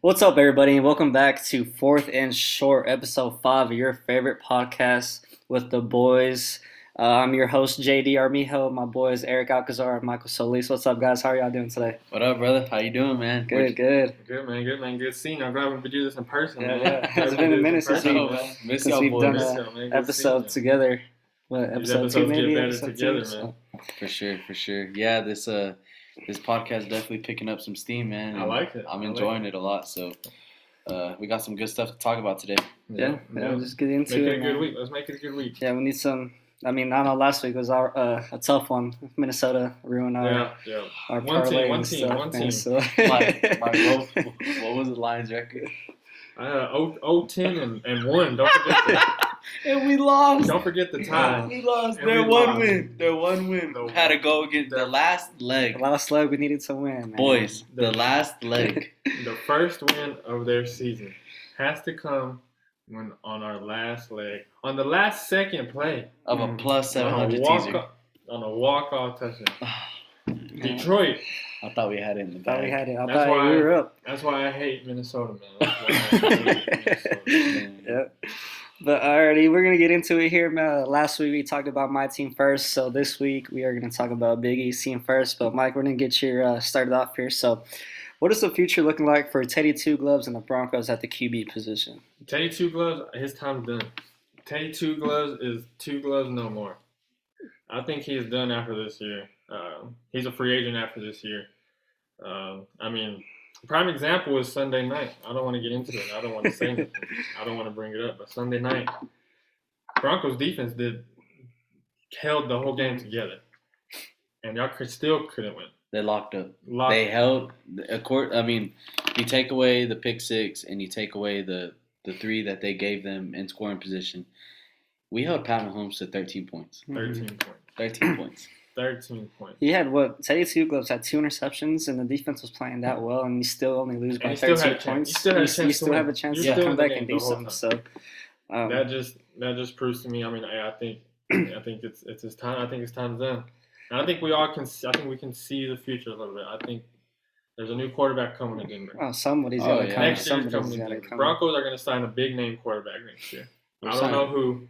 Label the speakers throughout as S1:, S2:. S1: What's up, everybody, and welcome back to Fourth and Short, episode five of your favorite podcast with the boys. Uh, I'm your host, JD Armijo. My boys, Eric Alcazar and Michael Solis. What's up, guys? How are y'all doing today?
S2: What up, brother? How you doing, man?
S1: Good, good.
S3: Good man, good man, good seeing. you. I'm glad we could do this in person.
S1: Yeah,
S3: man.
S1: yeah.
S3: Glad we
S1: It's been a minute since
S3: could do this in person,
S1: we-
S3: man.
S2: Miss
S1: since
S2: y'all
S1: we've done
S2: boys
S1: that.
S3: Miss y'all, man. Good
S1: Episode
S3: seeing
S1: together. What,
S3: These
S1: episode two,
S3: episodes get
S1: maybe?
S3: better
S1: Episode
S3: together,
S1: two,
S3: man.
S2: for sure, for sure. Yeah, this uh, this podcast definitely picking up some steam, man.
S3: I
S2: and
S3: like it. I
S2: I'm
S3: like
S2: enjoying it a lot. So, uh, we got some good stuff to talk about today.
S3: you.
S1: Yeah, yeah, we'll just get into
S3: Make it
S1: it.
S3: a
S1: man.
S3: good week. Let's make it a good week.
S1: Yeah, we need some. I mean, I know last week was our uh, a tough one. Minnesota ruined our
S3: Yeah, yeah.
S1: our
S3: One team,
S1: parlay
S3: one
S1: and
S3: team,
S1: stuff,
S3: one
S1: man,
S3: team.
S1: so-
S2: Like, like what, what was the Lions record?
S3: I uh, had 0, 0 10 and, and 1. Don't forget the,
S2: And we lost.
S3: don't forget the tie.
S2: We lost.
S3: And
S2: Their
S3: we
S2: one
S3: lost.
S2: win. Their one win.
S3: The-
S2: Had to go against the last leg,
S1: last leg we needed to win, man.
S2: boys. The
S3: The-
S2: last leg.
S3: The first win of their season has to come when on our last leg, on the last second play,
S2: of a
S1: Mm.
S2: plus
S3: on a
S2: 700
S3: walk
S2: teaser.
S3: on a walk off touchdown.
S1: Yeah.
S3: Detroit.
S2: I thought we had it in the
S1: Thought we
S2: bag.
S1: had it. I
S3: That's
S1: thought
S3: why-
S1: we were up.
S3: That's why I hate Minnesota, man. That's why I hate Minnesota.
S1: Yep. But alrighty, we're gonna get into it here. man. Last week we talked about my team first, so this week we are gonna talk about Big East team first. But Mike, we're gonna get you uh, started off here. So, what is the future looking like for Teddy Two Gloves and the Broncos at the QB position?
S3: Teddy Two Gloves, his time's done. Teddy Two Gloves is two gloves no more. I think he's done after this year. Um, he's a free agent after this year. Um, I mean, prime example is Sunday night. I don't want to get into it. I don't want to say anything. I don't want to bring it up. But Sunday night, Broncos defense did held the whole game together, and y'all could still couldn't win.
S2: They locked up.
S3: Locked-
S2: They held a court. I mean, you take away the pick six and you take away the the three that they gave them in scoring position. We held Pat Mahomes to 13 points.
S3: thirteen points.
S2: 13 points.
S3: Thirteen points.
S1: He had what Teddy Two Gloves had two interceptions, and the defense was playing that well, and you still only lose
S3: And
S1: by
S3: you still had a
S1: thirteen
S3: chance.
S1: points.
S3: You still had a
S1: you
S3: chance to
S1: still have a
S3: win.
S1: chance
S3: You're
S1: to
S3: still
S1: come
S3: in the
S1: back
S3: game
S1: and
S3: the
S1: do something.
S3: whole
S1: So, um,
S3: that just that just proves to me. I mean, I, I think I think it's it's his time. I think his time's done. And I think we all can. see- I think we can see the future a little bit. I think there's a new quarterback coming to Denver.
S1: oh, somebody's
S2: Oh,
S1: gotta
S2: yeah.
S1: come.
S3: Next year's coming
S1: somebody's
S3: to
S1: gotta
S3: Denver.
S1: come.
S3: Broncos are going to sign a big name quarterback next year.
S2: We're
S3: I don't
S2: signing-
S3: know who,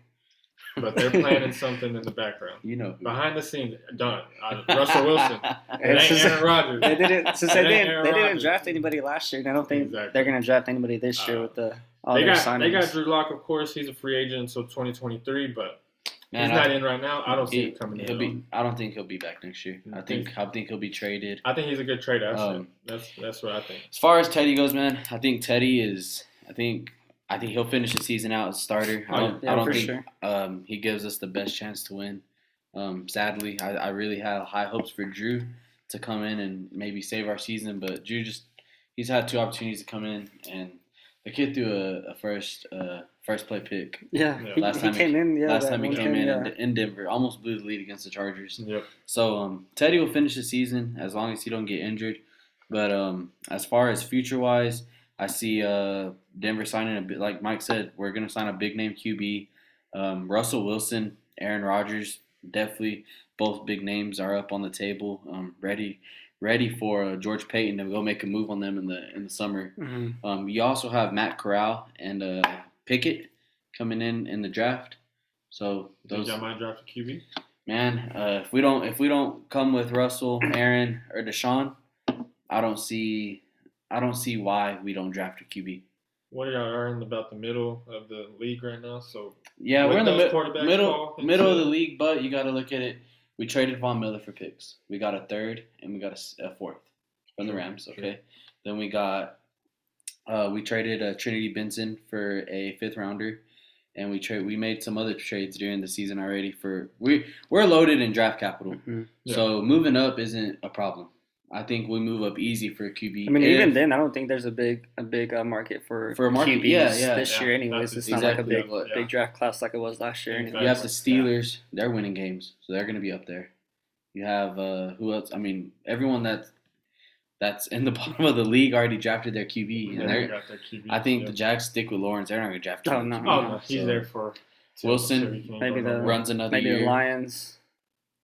S3: but they're planning something in the background,
S2: You know. who.
S3: behind the scenes. Done. I, Russell Wilson. It
S1: It's
S3: ain't
S1: just-
S3: Aaron Rodgers.
S1: they didn't since they
S3: It ain't
S1: didn't
S3: Aaron
S1: they didn't
S3: Rodgers.
S1: draft anybody last year, and I don't think
S3: Exactly.
S1: they're gonna draft anybody this year
S3: Uh,
S1: with the all
S3: they
S1: their
S3: got
S1: signings.
S3: they got Drew Lock, of course. He's a free agent until 2023, but
S2: Man,
S3: he's
S2: I-
S3: not in right now. I don't see
S2: he-
S3: him coming in.
S2: he'll
S3: at all.
S2: be, I don't think he'll be back next year. I
S3: Mm,
S2: think I think he'll be traded.
S3: I think he's a good trade asset.
S2: Um,
S3: that's that's what I think.
S2: As far as Teddy goes, man, I think Teddy is. I think I think he'll finish the season out as a starter. I
S3: Oh,
S2: don't,
S1: yeah,
S2: I don't
S1: for
S2: think
S1: sure.
S2: um, he gives us the best chance to win. Um, sadly, I, I really had high hopes for Drew to come in and maybe save our season, but Drew just he's had two opportunities to come in, and the kid threw a, a first uh, first play pick
S1: Yeah,
S3: Yeah.
S1: He,
S2: Last
S1: he
S2: time he-
S1: came in. Yeah,
S2: last
S1: that
S2: time he
S1: one
S2: came in
S1: yeah.
S2: in, in Denver, almost blew the lead against the Chargers.
S3: Yep.
S2: So um, Teddy will finish the season as long as he don't get injured. But um, as far as future wise, I see uh, Denver signing a bit. Like Mike said, we're gonna sign a big name QB. Um, Russell Wilson, Aaron Rodgers, definitely both big names are up on the table, um, ready, ready for uh, George Payton to go make a move on them in the in the summer.
S1: Mhm.
S2: Um, you also have Matt Corral and uh, Pickett coming in in the draft. So
S3: Did
S2: those
S3: y'all mind draft a QB?
S2: Man, uh, if we don't if we don't come with Russell, Aaron, or Deshaun, I don't see I don't see why we don't draft a QB.
S3: What are y'all are in about the middle of the league right now? So
S2: Yeah, we're in the
S3: With
S2: mi-
S3: those quarterbacks
S2: middle
S3: fall into-
S2: middle of the league, but you got to look at it. We traded Von Miller for picks. We got a third and we got a s- a, fourth from the
S3: Sure,
S2: Rams.
S3: sure.
S2: Okay, then we got uh, we traded uh, Trinity Benson for a fifth rounder, and we trade we made some other trades during the season already. For we we're loaded in draft capital.
S1: Mhm.
S3: Yeah.
S2: So moving up isn't a problem. I think we move up easy for a QB.
S1: I mean,
S2: if-
S1: even then, I don't think there's a big a big uh, market for
S2: For a market,
S1: QBs
S2: yeah, yeah,
S1: this
S3: yeah.
S1: year. Anyways, it's
S3: That's
S1: not like a
S2: exactly
S1: big
S2: what-
S3: yeah.
S1: big draft class like it was last year.
S2: you have
S1: anyways.
S2: the Steelers. They're winning games, so they're going to be up there. You have uh, who else? I mean, everyone that's that's in the bottom of the league already drafted their QB, and
S3: they
S2: they're.
S3: got their QB.
S2: I think the
S3: yeah.
S2: Jags stick with Lawrence. They're not going to draft.
S1: Oh,
S2: another
S1: no.
S2: QB,
S3: oh no, he's
S2: so
S3: there for so-
S2: Wilson,
S3: so he can't
S1: maybe
S3: go
S1: the-
S3: wrong.
S2: runs another
S1: Maybe the
S2: year.
S1: Lions.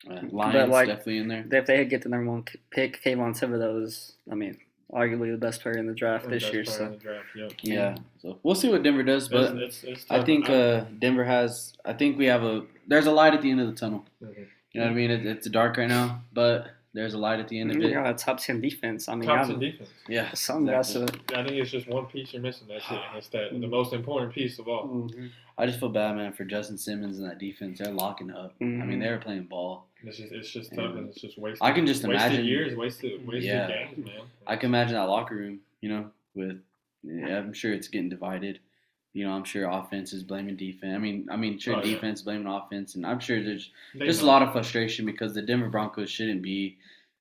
S2: Uh, Lions
S1: like-
S2: definitely in there.
S1: If they had get the number one pick, Kayvon Thibodeau is. I mean, arguably the best player in the draft this
S3: Best
S1: year.
S3: player in
S1: So
S3: the draft, yep.
S2: Yeah. So we'll see what Denver does, but
S3: It's- it's- it's
S2: I
S3: tough.
S2: think uh, Denver has. I think we have a. There's a light at the end of the tunnel.
S3: Mhm.
S2: You know what I mean? It, it's dark right now, but there's a light at the end of
S1: we
S2: it.
S1: got a uh, top ten defense. I mean,
S3: Top ten
S1: I'm-
S3: defense.
S2: Yeah.
S1: something
S2: exactly.
S1: that's
S3: I think it's just one piece you're missing. That's it. That's that
S1: Mm.
S3: the most important piece of
S1: a.
S3: all.
S2: I just feel bad, man, for Justin Simmons and that defense. They're locking up. I mean,
S1: Mhm.
S2: they were playing ball.
S3: It's just it's just
S2: Yeah.
S3: tough and it's just wasted.
S2: Mm. I can just
S3: wasted
S2: imagine.
S3: years, wasted wasted
S2: Yeah.
S3: games, man.
S2: I can imagine that locker room. You know, with yeah, I'm sure it's getting divided. You know, I'm sure offense is blaming defense. I mean, I mean, sure
S3: Oh, yeah.
S2: defense blaming offense, and I'm sure there's
S3: They
S2: just a
S3: know.
S2: lot of frustration because the Denver Broncos shouldn't be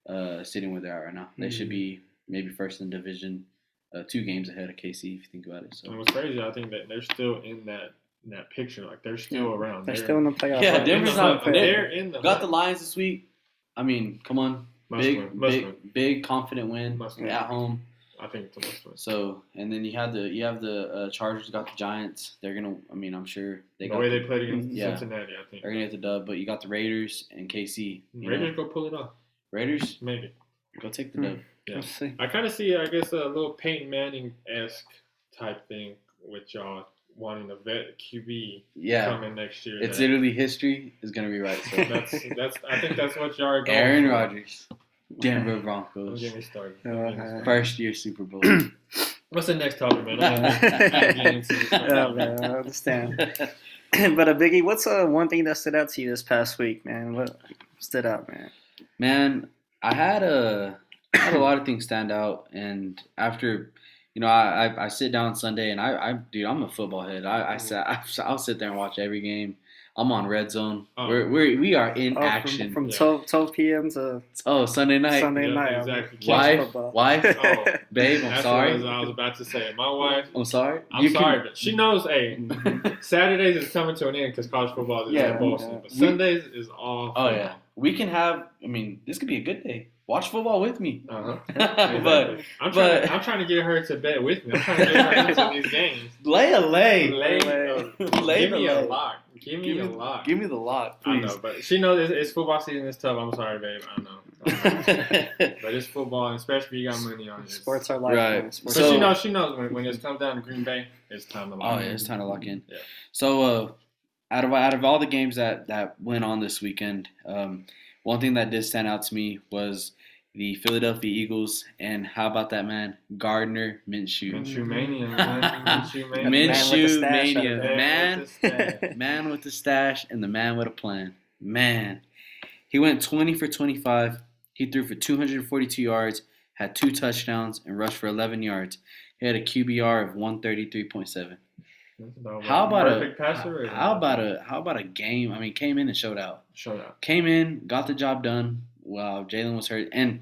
S2: uh, sitting where they are right now. They should
S1: Mhm.
S2: be maybe first in the division, uh, two games ahead of KC if you think about it. So
S3: And what's crazy, I think that they're still in that in that picture. Like they're still around.
S1: They're still in the playoffs.
S2: Yeah,
S3: they're in the
S2: Denver's
S3: hunt.
S2: not- they're-
S3: They're in the
S2: got the
S3: hunt.
S2: Lions this week. I mean, come on,
S3: Must
S2: big,
S3: win, must
S2: big,
S3: win.
S2: big, confident win
S3: Must win.
S2: at home.
S3: I think it's a must win.
S2: So and then you have the you have the uh, Chargers got the Giants. They're gonna. I mean, I'm sure they
S3: the
S2: got.
S3: way
S2: the- Mhm.
S3: they played against
S2: Yeah.
S3: Cincinnati, I think.
S2: they're gonna get the dub, but you got the Raiders and KC. You
S3: Raiders
S2: Know?
S3: go pull it off,
S2: Raiders,
S3: maybe.
S2: go take the
S1: Hmm.
S2: dub.
S3: Yeah.
S1: Let's see.
S3: I kind of see, I guess, a little Peyton Manning esque type thing with y'all wanting a vet QB
S2: Yeah,
S3: coming next year.
S2: it's
S3: that-
S2: literally history is gonna be right. So.
S3: that's that's. I think that's what y'all are going.
S2: Aaron
S3: for.
S2: Rodgers, Denver
S3: Don't
S2: Broncos,
S3: get me started.
S1: Uh,
S3: Don't get me started.
S2: first year Super Bowl.
S3: What's the next topic, man? I'm getting serious.
S1: Yeah, Oh, man, I understand. but uh, Biggie, what's uh, one thing that stood out to you this past week, man? What stood out, man?
S2: Man, I had a I had a lot of things stand out, and after, you know, I I, I sit down Sunday and I I dude, I'm a football head. I I sat I, I'll sit there and watch every game. I'm on red zone.
S3: Oh.
S2: We're, we're we are in
S1: Oh,
S2: action.
S1: from, from
S3: Yeah.
S1: 12, 12 p.m. to
S2: oh, Sunday night.
S1: Sunday
S3: Yeah,
S1: night. I mean,
S3: exactly.
S1: Why?
S2: Wife,
S1: football.
S2: wife,
S3: Oh,
S2: babe. I'm
S3: that's what I
S2: sorry.
S3: was, I was about to say. My wife,
S2: I'm sorry.
S3: I'm
S2: You can-
S3: sorry, but she knows. Hey, Saturdays is coming to an end because college football is
S2: Yeah,
S3: in Boston,
S1: yeah.
S3: but
S2: We-
S3: Sundays is all.
S2: Oh yeah, we can have. I mean, this could be a good day. Watch football with me.
S3: Uh huh.
S2: but
S3: I'm trying.
S2: but-
S3: to I'm trying to get her to bet with me. I'm trying to get her into these games.
S2: lay a lay.
S3: Lay,
S1: lay.
S3: uh,
S2: Lay
S3: give
S2: the
S3: me a
S2: lay.
S3: lock. Give me
S2: Give
S3: a
S2: me-
S3: lock.
S2: Give me the lot,
S3: I
S2: please.
S3: know, but she knows it's, it's football season. It's tough. I'm sorry, babe. I know. I know. but it's football, and especially if you got money on it.
S1: Sports are life.
S2: Right.
S1: man.
S3: But
S1: Sports
S2: So-
S3: she knows. She knows when, when it comes down to Green Bay, it's time to
S2: Oh
S3: lock.
S2: yeah, it's time to lock in.
S3: Um, Yeah.
S2: So uh, out of out of all the games that that went on this weekend, um, one thing that did stand out to me was the Philadelphia Eagles and how about that man Gardner Minshew,
S3: Minshew mania. man. Minshew
S1: Mm-hmm. the man
S3: mania.
S1: with the
S2: Minshew
S1: stash out
S2: mania,
S1: there.
S2: man.
S3: with the stash.
S2: man with the stash and the man with a plan. Man, he went 20 for 25. He threw for 242 yards, had two touchdowns, and rushed for 11 yards. He had a QBR of 133.7.
S3: That's about
S2: How
S3: right.
S2: about a
S3: perfect passer?
S2: how, how about a how about a game? I mean, came in and showed out.
S3: shut up?
S2: Came in, got the job done. Wow, Jalen was hurt, and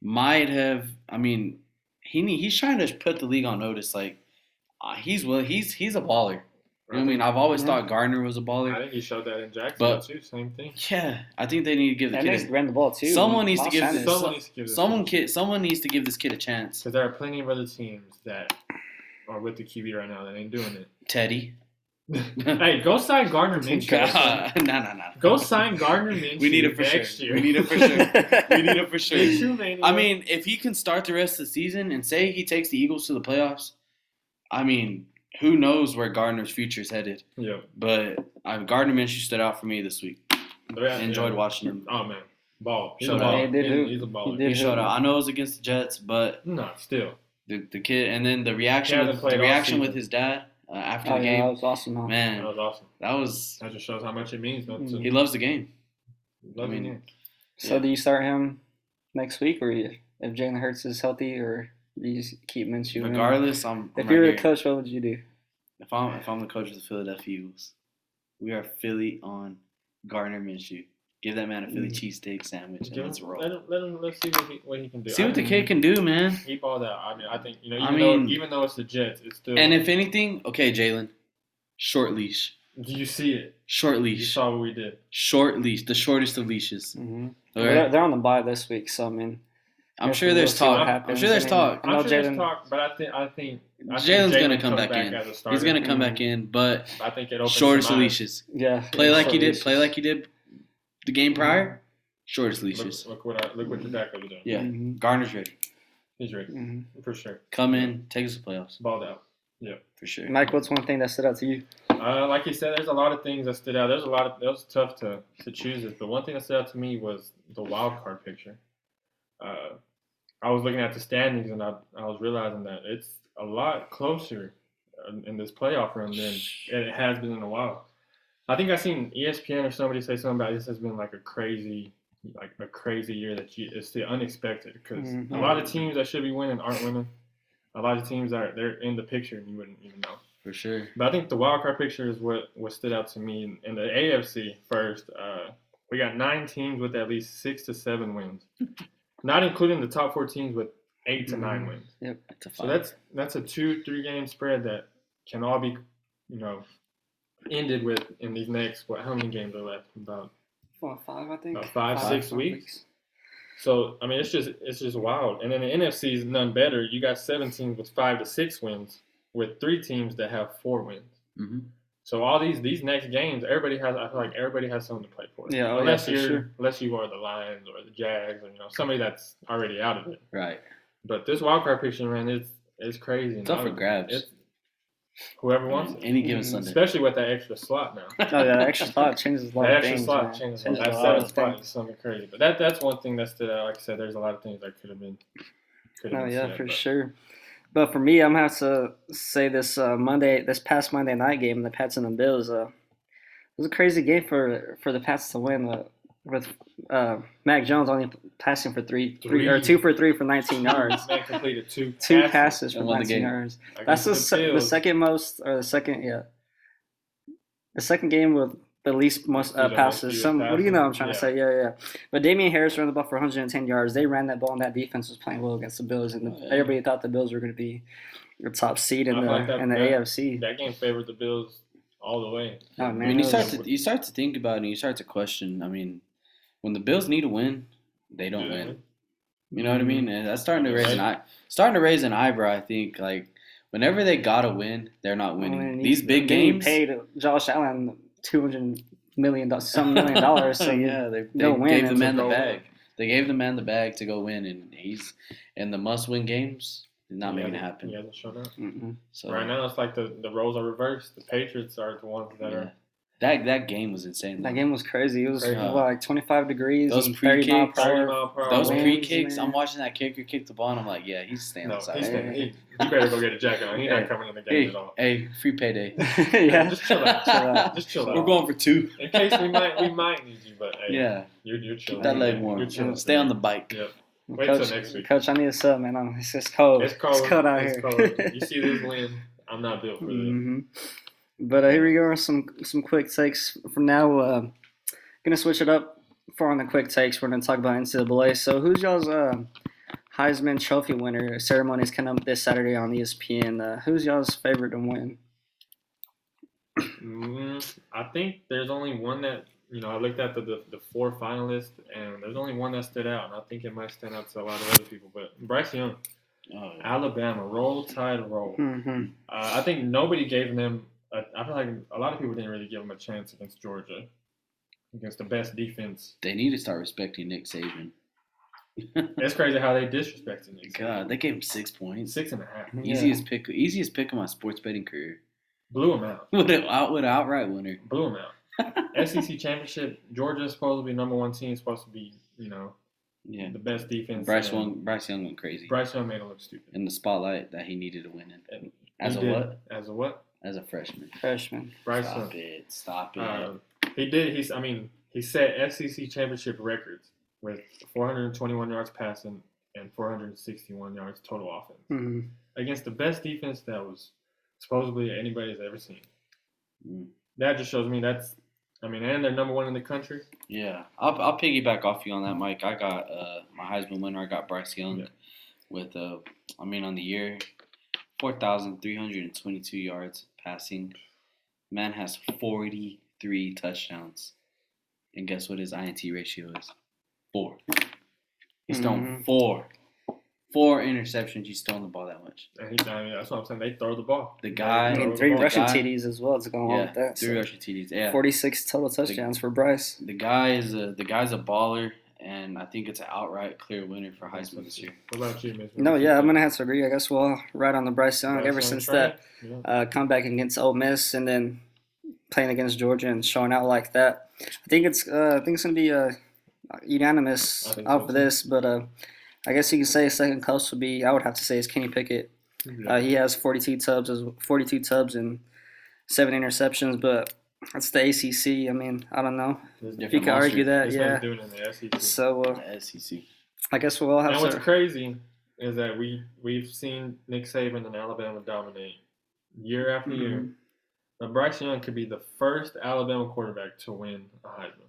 S2: might have. I mean, he need, he's trying to put the league on notice. Like uh, he's well, he's he's a baller. You know what I mean, I've always
S1: Yeah.
S2: thought Gardner was a baller.
S3: Mm-hmm. I think he showed that in Jackson
S2: But-
S3: too. Same thing.
S2: Yeah, I think they need to give the
S1: and they
S2: kid.
S1: ran the ball too.
S2: Someone needs to
S1: Los
S2: give this-
S1: Angeles.
S3: Someone needs to give
S2: A,
S3: this
S2: someone
S3: because
S2: kid, someone needs to give this kid a chance.
S3: there are plenty of other teams that are with the QB right now that ain't doing it.
S2: Teddy.
S3: Hey, go sign Gardner Minshew.
S2: God, no, no, no.
S3: go sign Gardner Minshew.
S2: We need it for
S3: next
S2: sure.
S3: year.
S2: We need it for sure. We need it for sure.
S3: Minshew mania.
S2: I mean, if he can start the rest of the season and say he takes the Eagles to the playoffs, I mean, who knows where Gardner's future is headed?
S3: yeah,
S2: But uh, Gardner Minshew stood out for me this week. I enjoyed watching him.
S3: Oh man, ball. He's
S2: Shut
S3: a
S2: up.
S3: baller.
S1: He did
S3: He's-
S1: hoop.
S3: He's a baller.
S1: He did.
S2: He showed out. I know it was against the Jets, but
S3: No, still.
S2: the, the kid, and then the reaction,
S3: hasn't
S2: with,
S3: played
S2: the
S3: all
S2: reaction
S3: season.
S2: with his dad uh, after
S1: Oh
S2: the
S1: yeah, that
S2: game.
S1: was awesome. Huh?
S2: Man,
S3: That was awesome.
S2: that was
S3: That just shows how much it means. Not
S1: Mm.
S3: to
S2: he loves the game.
S3: love
S2: Mm-hmm. I mean,
S3: him.
S1: So do you start him next week, or you, if Jalen Hurts is healthy, or do you just keep Minshew? in?
S2: Regardless, I'm, I'm
S1: if you were
S2: right
S1: the
S2: here.
S1: coach, what would you do?
S2: if I'm if I'm the coach of the Philadelphia Eagles, we are Philly on Gardner Minshew. Give that man a Philly cheesesteak sandwich and
S3: Mm. Give him-
S2: let's roll.
S3: Let him. Let him. Let's see what he, what he can do.
S2: See
S3: I
S2: what the
S3: mean,
S2: kid can do, man.
S3: Keep all that. I mean, I think you know. Even
S2: I mean-
S3: though even though it's the Jets, it's still.
S2: And if anything, okay, Jalen, short leash,
S3: do you see it?
S2: short
S3: You
S2: leash,
S3: saw what we did.
S2: short leash, the shortest of leashes.
S1: Mm-hmm.
S2: All
S1: They're,
S2: right?
S1: they're on the bye this week, so I mean,
S2: I'm
S1: guess
S2: sure
S1: we'll
S2: there's
S1: see what
S2: talk. I'm
S1: happens.
S2: sure there's
S1: I mean,
S2: talk.
S1: I know
S3: I'm sure there's
S1: Jalen-
S3: talk, but I think I think I think
S2: Jalen's gonna
S3: Jalen
S2: come
S3: comes
S2: back in.
S3: as a starter.
S2: He's gonna come
S1: Mhm.
S2: back in, but
S3: I think it opens
S2: shortest
S3: some eyes.
S2: leashes.
S1: yeah.
S2: Play
S1: yeah,
S2: like you
S1: so
S2: did.
S1: he's-
S2: Play like you did
S3: Mm-hmm.
S2: the game prior. Shortest leashes.
S3: Look, look what I, look what the backup is doing.
S2: Yeah,
S1: Mhm.
S2: Garner's ready.
S3: He's ready
S1: hmm
S3: for sure.
S2: Come in, take us to the playoffs
S3: Balled out.
S2: for sure.
S1: Mike, what's one thing that stood out to you?
S3: Uh, like you said, there's a lot of things that stood out. There's a lot of that was tough to to choose this, but one thing that stood out to me was the wild card picture. Uh, I was looking at the standings and I, I was realizing that it's a lot closer in, in this playoff run than it has been in a while. I think I seen E ESPN or somebody say something about this has been like a crazy like a crazy year that you it's the unexpected because a
S1: Mhm.
S3: lot of teams that should be winning aren't winning. A lot of teams are they're in the picture and you wouldn't even know.
S2: For sure.
S3: But I think the wild card picture is what, what stood out to me in the AFC first. Uh, we got nine teams with at least six to seven wins, not including the top four teams with eight to nine
S1: Mhm.
S3: wins.
S2: It's a
S3: So
S2: fight.
S3: that's that's a two three game spread that can all be, you know, ended with in these next what how many games are left about
S1: Four, five, I think.
S3: about five,
S1: Five,
S3: six
S1: five
S3: weeks. So I mean, it's just it's just wild. And then the NFC is none better. You got seven teams with five to six wins, with three teams that have four wins.
S2: hmm
S3: So all these these next games, everybody has. I feel like everybody has something to play for.
S1: Yeah, oh, yeah,
S3: unless
S1: for
S3: you're
S1: sure.
S3: unless you are the Lions or the Jags or you know somebody that's already out of it.
S2: Right.
S3: But this wild card picture, man, it's it's crazy.
S2: It's up for
S3: man.
S2: grabs.
S3: It's, whoever
S2: I
S3: wants
S2: mean,
S3: it, Mm-hmm.
S2: any given
S1: Mhm.
S2: Sunday.
S3: especially with that extra slot now.
S2: Oh,
S1: No, Oh, yeah, that extra slot changes a lot
S3: That
S1: of
S3: extra
S1: things.
S3: slot
S1: man.
S3: changes a
S1: Changes
S3: lot. That
S1: a lot
S3: seven
S1: of
S3: slot
S1: things.
S3: is something crazy. But that that's one thing that stood out. Like I said, there's a lot of things that could have been. Could have
S1: No,
S3: been
S1: Oh, yeah,
S3: said,
S1: for
S3: but-
S1: sure. But for me, I'm gonna have to say this uh, Monday, this past Monday night game, the Pats and the Bills. Uh, it was a crazy game for for the Pats to win. Uh, with uh, Mac Jones only passing for three, three or
S3: Three.
S1: two for three for 19 yards,
S3: Man completed two
S1: two passes for
S2: And won the
S1: 19
S2: game.
S1: yards. That's
S3: against
S1: the, se- the
S3: Bills.
S1: second most, or the second, yeah, the second game with the least most
S3: You
S1: uh,
S3: don't like
S1: passes.
S3: you
S1: Some, what do you know? I'm
S3: passing,
S1: trying to
S3: yeah.
S1: say, yeah, yeah. yeah. But Damian Harris ran the ball for 110 yards. They ran that ball, and that defense was playing well against the Bills, and
S2: Yeah.
S1: everybody thought the Bills were going to be the top seed in
S3: I
S1: the
S3: like that-
S1: in the
S3: that-
S1: AFC.
S3: That game favored the Bills all the way.
S1: oh man,
S2: when you
S1: that
S2: start
S1: was-
S2: to you start to think about it and you start to question, I mean, when the Bills need to win, they don't
S3: Yeah.
S2: win. You know what I
S1: Mm-hmm.
S2: mean? And that's starting to raise an
S3: Right.
S2: eye starting to raise an eyebrow, I think. Like whenever they gotta win, they're not
S1: when
S2: winning.
S1: he-
S2: These big
S1: when he
S2: games
S1: paid Josh Allen 200 million dollars, some million dollars. So
S2: yeah, they, they
S1: they'll win
S2: gave the
S1: and
S2: man the
S1: they'll
S2: bag. They gave the man the bag to go win and he's in the must win games, he's not
S3: He
S2: making it
S3: hasn't-
S2: happen.
S3: He hasn't shown up.
S1: Mhm.
S2: So
S3: Right now, it's like the, the roles are reversed. The Patriots are the ones that
S2: yeah.
S3: are.
S2: that that game was insane.
S1: that
S2: though.
S1: game was crazy. It was
S3: Crazy.
S1: what, like 25 degrees.
S2: Those
S1: and 30 mile
S2: pre-kicks,
S1: per hour.
S3: 30 mile per hour.
S2: Those
S1: wins,
S2: pre kicks,
S1: man.
S2: I'm watching that kicker kick the ball, and I'm like, yeah, he's staying
S3: No,
S2: outside.
S3: he's
S1: Yeah.
S3: he, you better go get a jacket on. He's
S2: Hey.
S3: not coming in the game
S2: Hey,
S3: at all.
S2: hey, free payday.
S1: yeah.
S3: Just chill out.
S1: chill out.
S3: Just chill out.
S2: We're going for two.
S3: In case we might we might need you, but hey,
S2: Yeah,
S3: you're you're
S2: keep
S3: chilling.
S2: that leg
S3: You're
S2: warm.
S3: chilling.
S2: Stay on the bike.
S3: Yep.
S1: Well,
S3: Wait till
S1: coach,
S3: next week.
S1: coach, I need a sub, man. I'm, it's just cold.
S3: It's cold.
S1: out
S3: it's
S1: here.
S3: cold. you see this wind? I'm not built for
S2: Mm-hmm.
S3: this.
S1: hmm But uh, here we go. Some some quick takes for now. Uh, gonna switch it up for on the quick takes. We're gonna talk about NCAA. So who's y'all's uh, Heisman Trophy winner? Ceremony is coming up this Saturday on ESPN. Uh, who's y'all's favorite to win?
S3: Mm, I think there's only one that you know. I looked at the, the the four finalists, and there's only one that stood out, and I think it might stand out to a lot of other people. But Bryce Young,
S2: Oh,
S3: Alabama, roll tide,
S2: Hmm.
S3: roll.
S1: Mm-hmm.
S3: Uh, I think nobody gave them. A, I feel like a lot of people didn't really give them a chance against Georgia, against the best defense.
S2: they need to start respecting Nick Saban.
S3: It's crazy how they disrespected Nick.
S2: God, they gave him six points.
S3: Six and a half,
S2: Easiest pick, easiest pick of my sports betting career.
S3: blew them out,
S2: What an out, what an outright winner.
S3: blew them out. SEC championship, Georgia's supposed to be number one team, supposed to be you know
S2: Yeah,
S3: the best defense.
S2: Bryce
S3: and
S2: Young, Bryce Young went crazy
S3: uh, Bryce Young made it look stupid.
S2: in the spotlight that he needed to win in.
S3: And
S2: As
S3: He
S2: a
S3: did.
S2: what?
S3: As a what?
S2: As a freshman.
S1: Freshman.
S3: Bryce
S2: Stop
S3: Young.
S2: it! Stop it!
S3: Um, he did. He's. I mean, he set SEC championship records with 421 yards passing and 461 yards total offense
S1: hmm
S3: against the best defense that was supposedly anybody's ever seen.
S2: Mm.
S3: That just shows me that's. I mean, and they're number one in the country.
S2: Yeah, I'll, I'll piggyback off you on that, Mike. I got uh, my Heisman winner. I got Bryce Young
S3: Yeah.
S2: with, uh, I mean, on the year, 4,322 yards passing. Man has 43 touchdowns. And guess what his INT ratio is? Four. He's thrown
S1: Mhm.
S2: four. Four interceptions. He's thrown the ball that much.
S3: And he's. I mean, that's what I'm saying. They throw the ball.
S2: The
S3: They
S2: guy- I
S1: I
S3: throw
S1: mean,
S3: the
S1: three
S3: ball.
S1: rushing
S2: guy-
S1: TDs as well to go along
S2: oh yeah,
S1: with that.
S2: three
S1: So
S2: rushing TDs. Yeah,
S1: 46 total touchdowns for Bryce.
S2: the guy is a the guy's a baller, and I think it's an outright clear winner for Heisman this year.
S3: What about you, Mitch?
S1: No, yeah, I'm gonna have to agree. I guess we'll ride on the Bryce Young ever since that
S3: Yeah.
S1: uh, comeback against Ole Miss and then playing against Georgia and showing out like that. I think it's uh, I think it's gonna be uh,
S3: I
S1: unanimous
S3: think so,
S1: out for
S3: too.
S1: this, but uh, I guess you could say second coast would be. I would have to say is Kenny Pickett. Uh, he has 42 tubs, as 42 tubs and seven interceptions, but that's the ACC. I mean, I don't know.
S3: This-
S1: If you could argue that,
S3: this
S1: uh, yeah.
S3: man's doing it in the E SEC.
S1: So uh,
S2: The SEC.
S1: I guess we'll all have
S3: and what's
S1: to.
S3: crazy is that we we've seen Nick Saban and Alabama dominate year after
S1: Mm-hmm.
S3: year. Now Bryce Young could be the first Alabama quarterback to win a Heisman.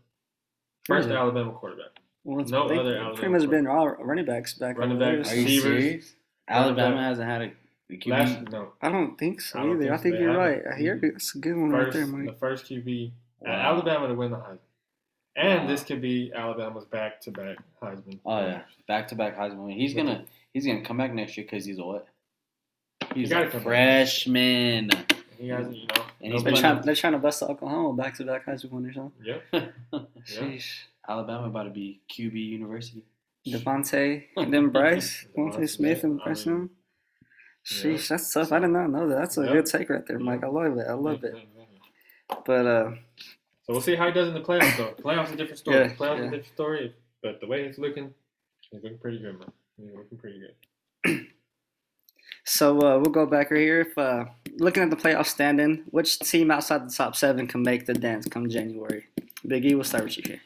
S3: First
S1: Really?
S3: Alabama quarterback.
S1: Well, it's-
S3: no
S1: they've
S3: other Alabama
S1: pretty much
S3: player.
S1: been all running backs back
S3: Running
S1: over
S3: back,
S1: the
S2: Are you
S1: years.
S3: receiver. Receivers.
S2: serious? Alabama
S3: Running
S2: hasn't had a the QB.
S3: Last no,
S1: I don't think so
S3: I don't
S1: either.
S3: think
S1: I
S3: so.
S1: think
S3: They
S1: you're right.
S3: haven't. Mm-hmm.
S1: Here, that's a good one right
S3: first
S1: there,
S3: the
S1: Mike.
S3: first QB at
S2: Wow.
S3: Alabama to win the Heisman. And
S2: Wow.
S3: this could be Alabama's back to back Heisman.
S2: Oh yeah, back to back Heisman. win. He's gonna he's gonna come back next year because he's a what? He's
S3: gotta
S2: a
S3: come back.
S2: freshman.
S3: He has you know.
S2: And he's
S1: They're
S2: been-
S1: trying, they're trying to bust Oklahoma back to back Heisman winners, huh?
S3: Yep. Yeah.
S1: Sheesh.
S2: Alabama about to be QB University.
S1: Devontae and then Bryce. Devontae
S3: Devontae
S1: Smith and
S3: Smith, I
S1: Bryce
S3: mean,
S1: Young.
S3: yeah.
S1: Sheesh, that's tough. I did not know that. That's a
S3: Yeah.
S1: good take right there,
S3: Yeah.
S1: Mike. I love it. I love it. But uh,
S3: So we'll see how he does in the playoffs, though. Playoffs a different story.
S1: Yeah,
S3: playoffs
S1: yeah.
S3: a different story. But the way he's looking, he's looking pretty good, man. He's looking pretty good.
S1: So uh, we'll go back right here. If uh, looking at the playoff standing, which team outside the top seven can make the dance come January? Big E, we'll start with you here.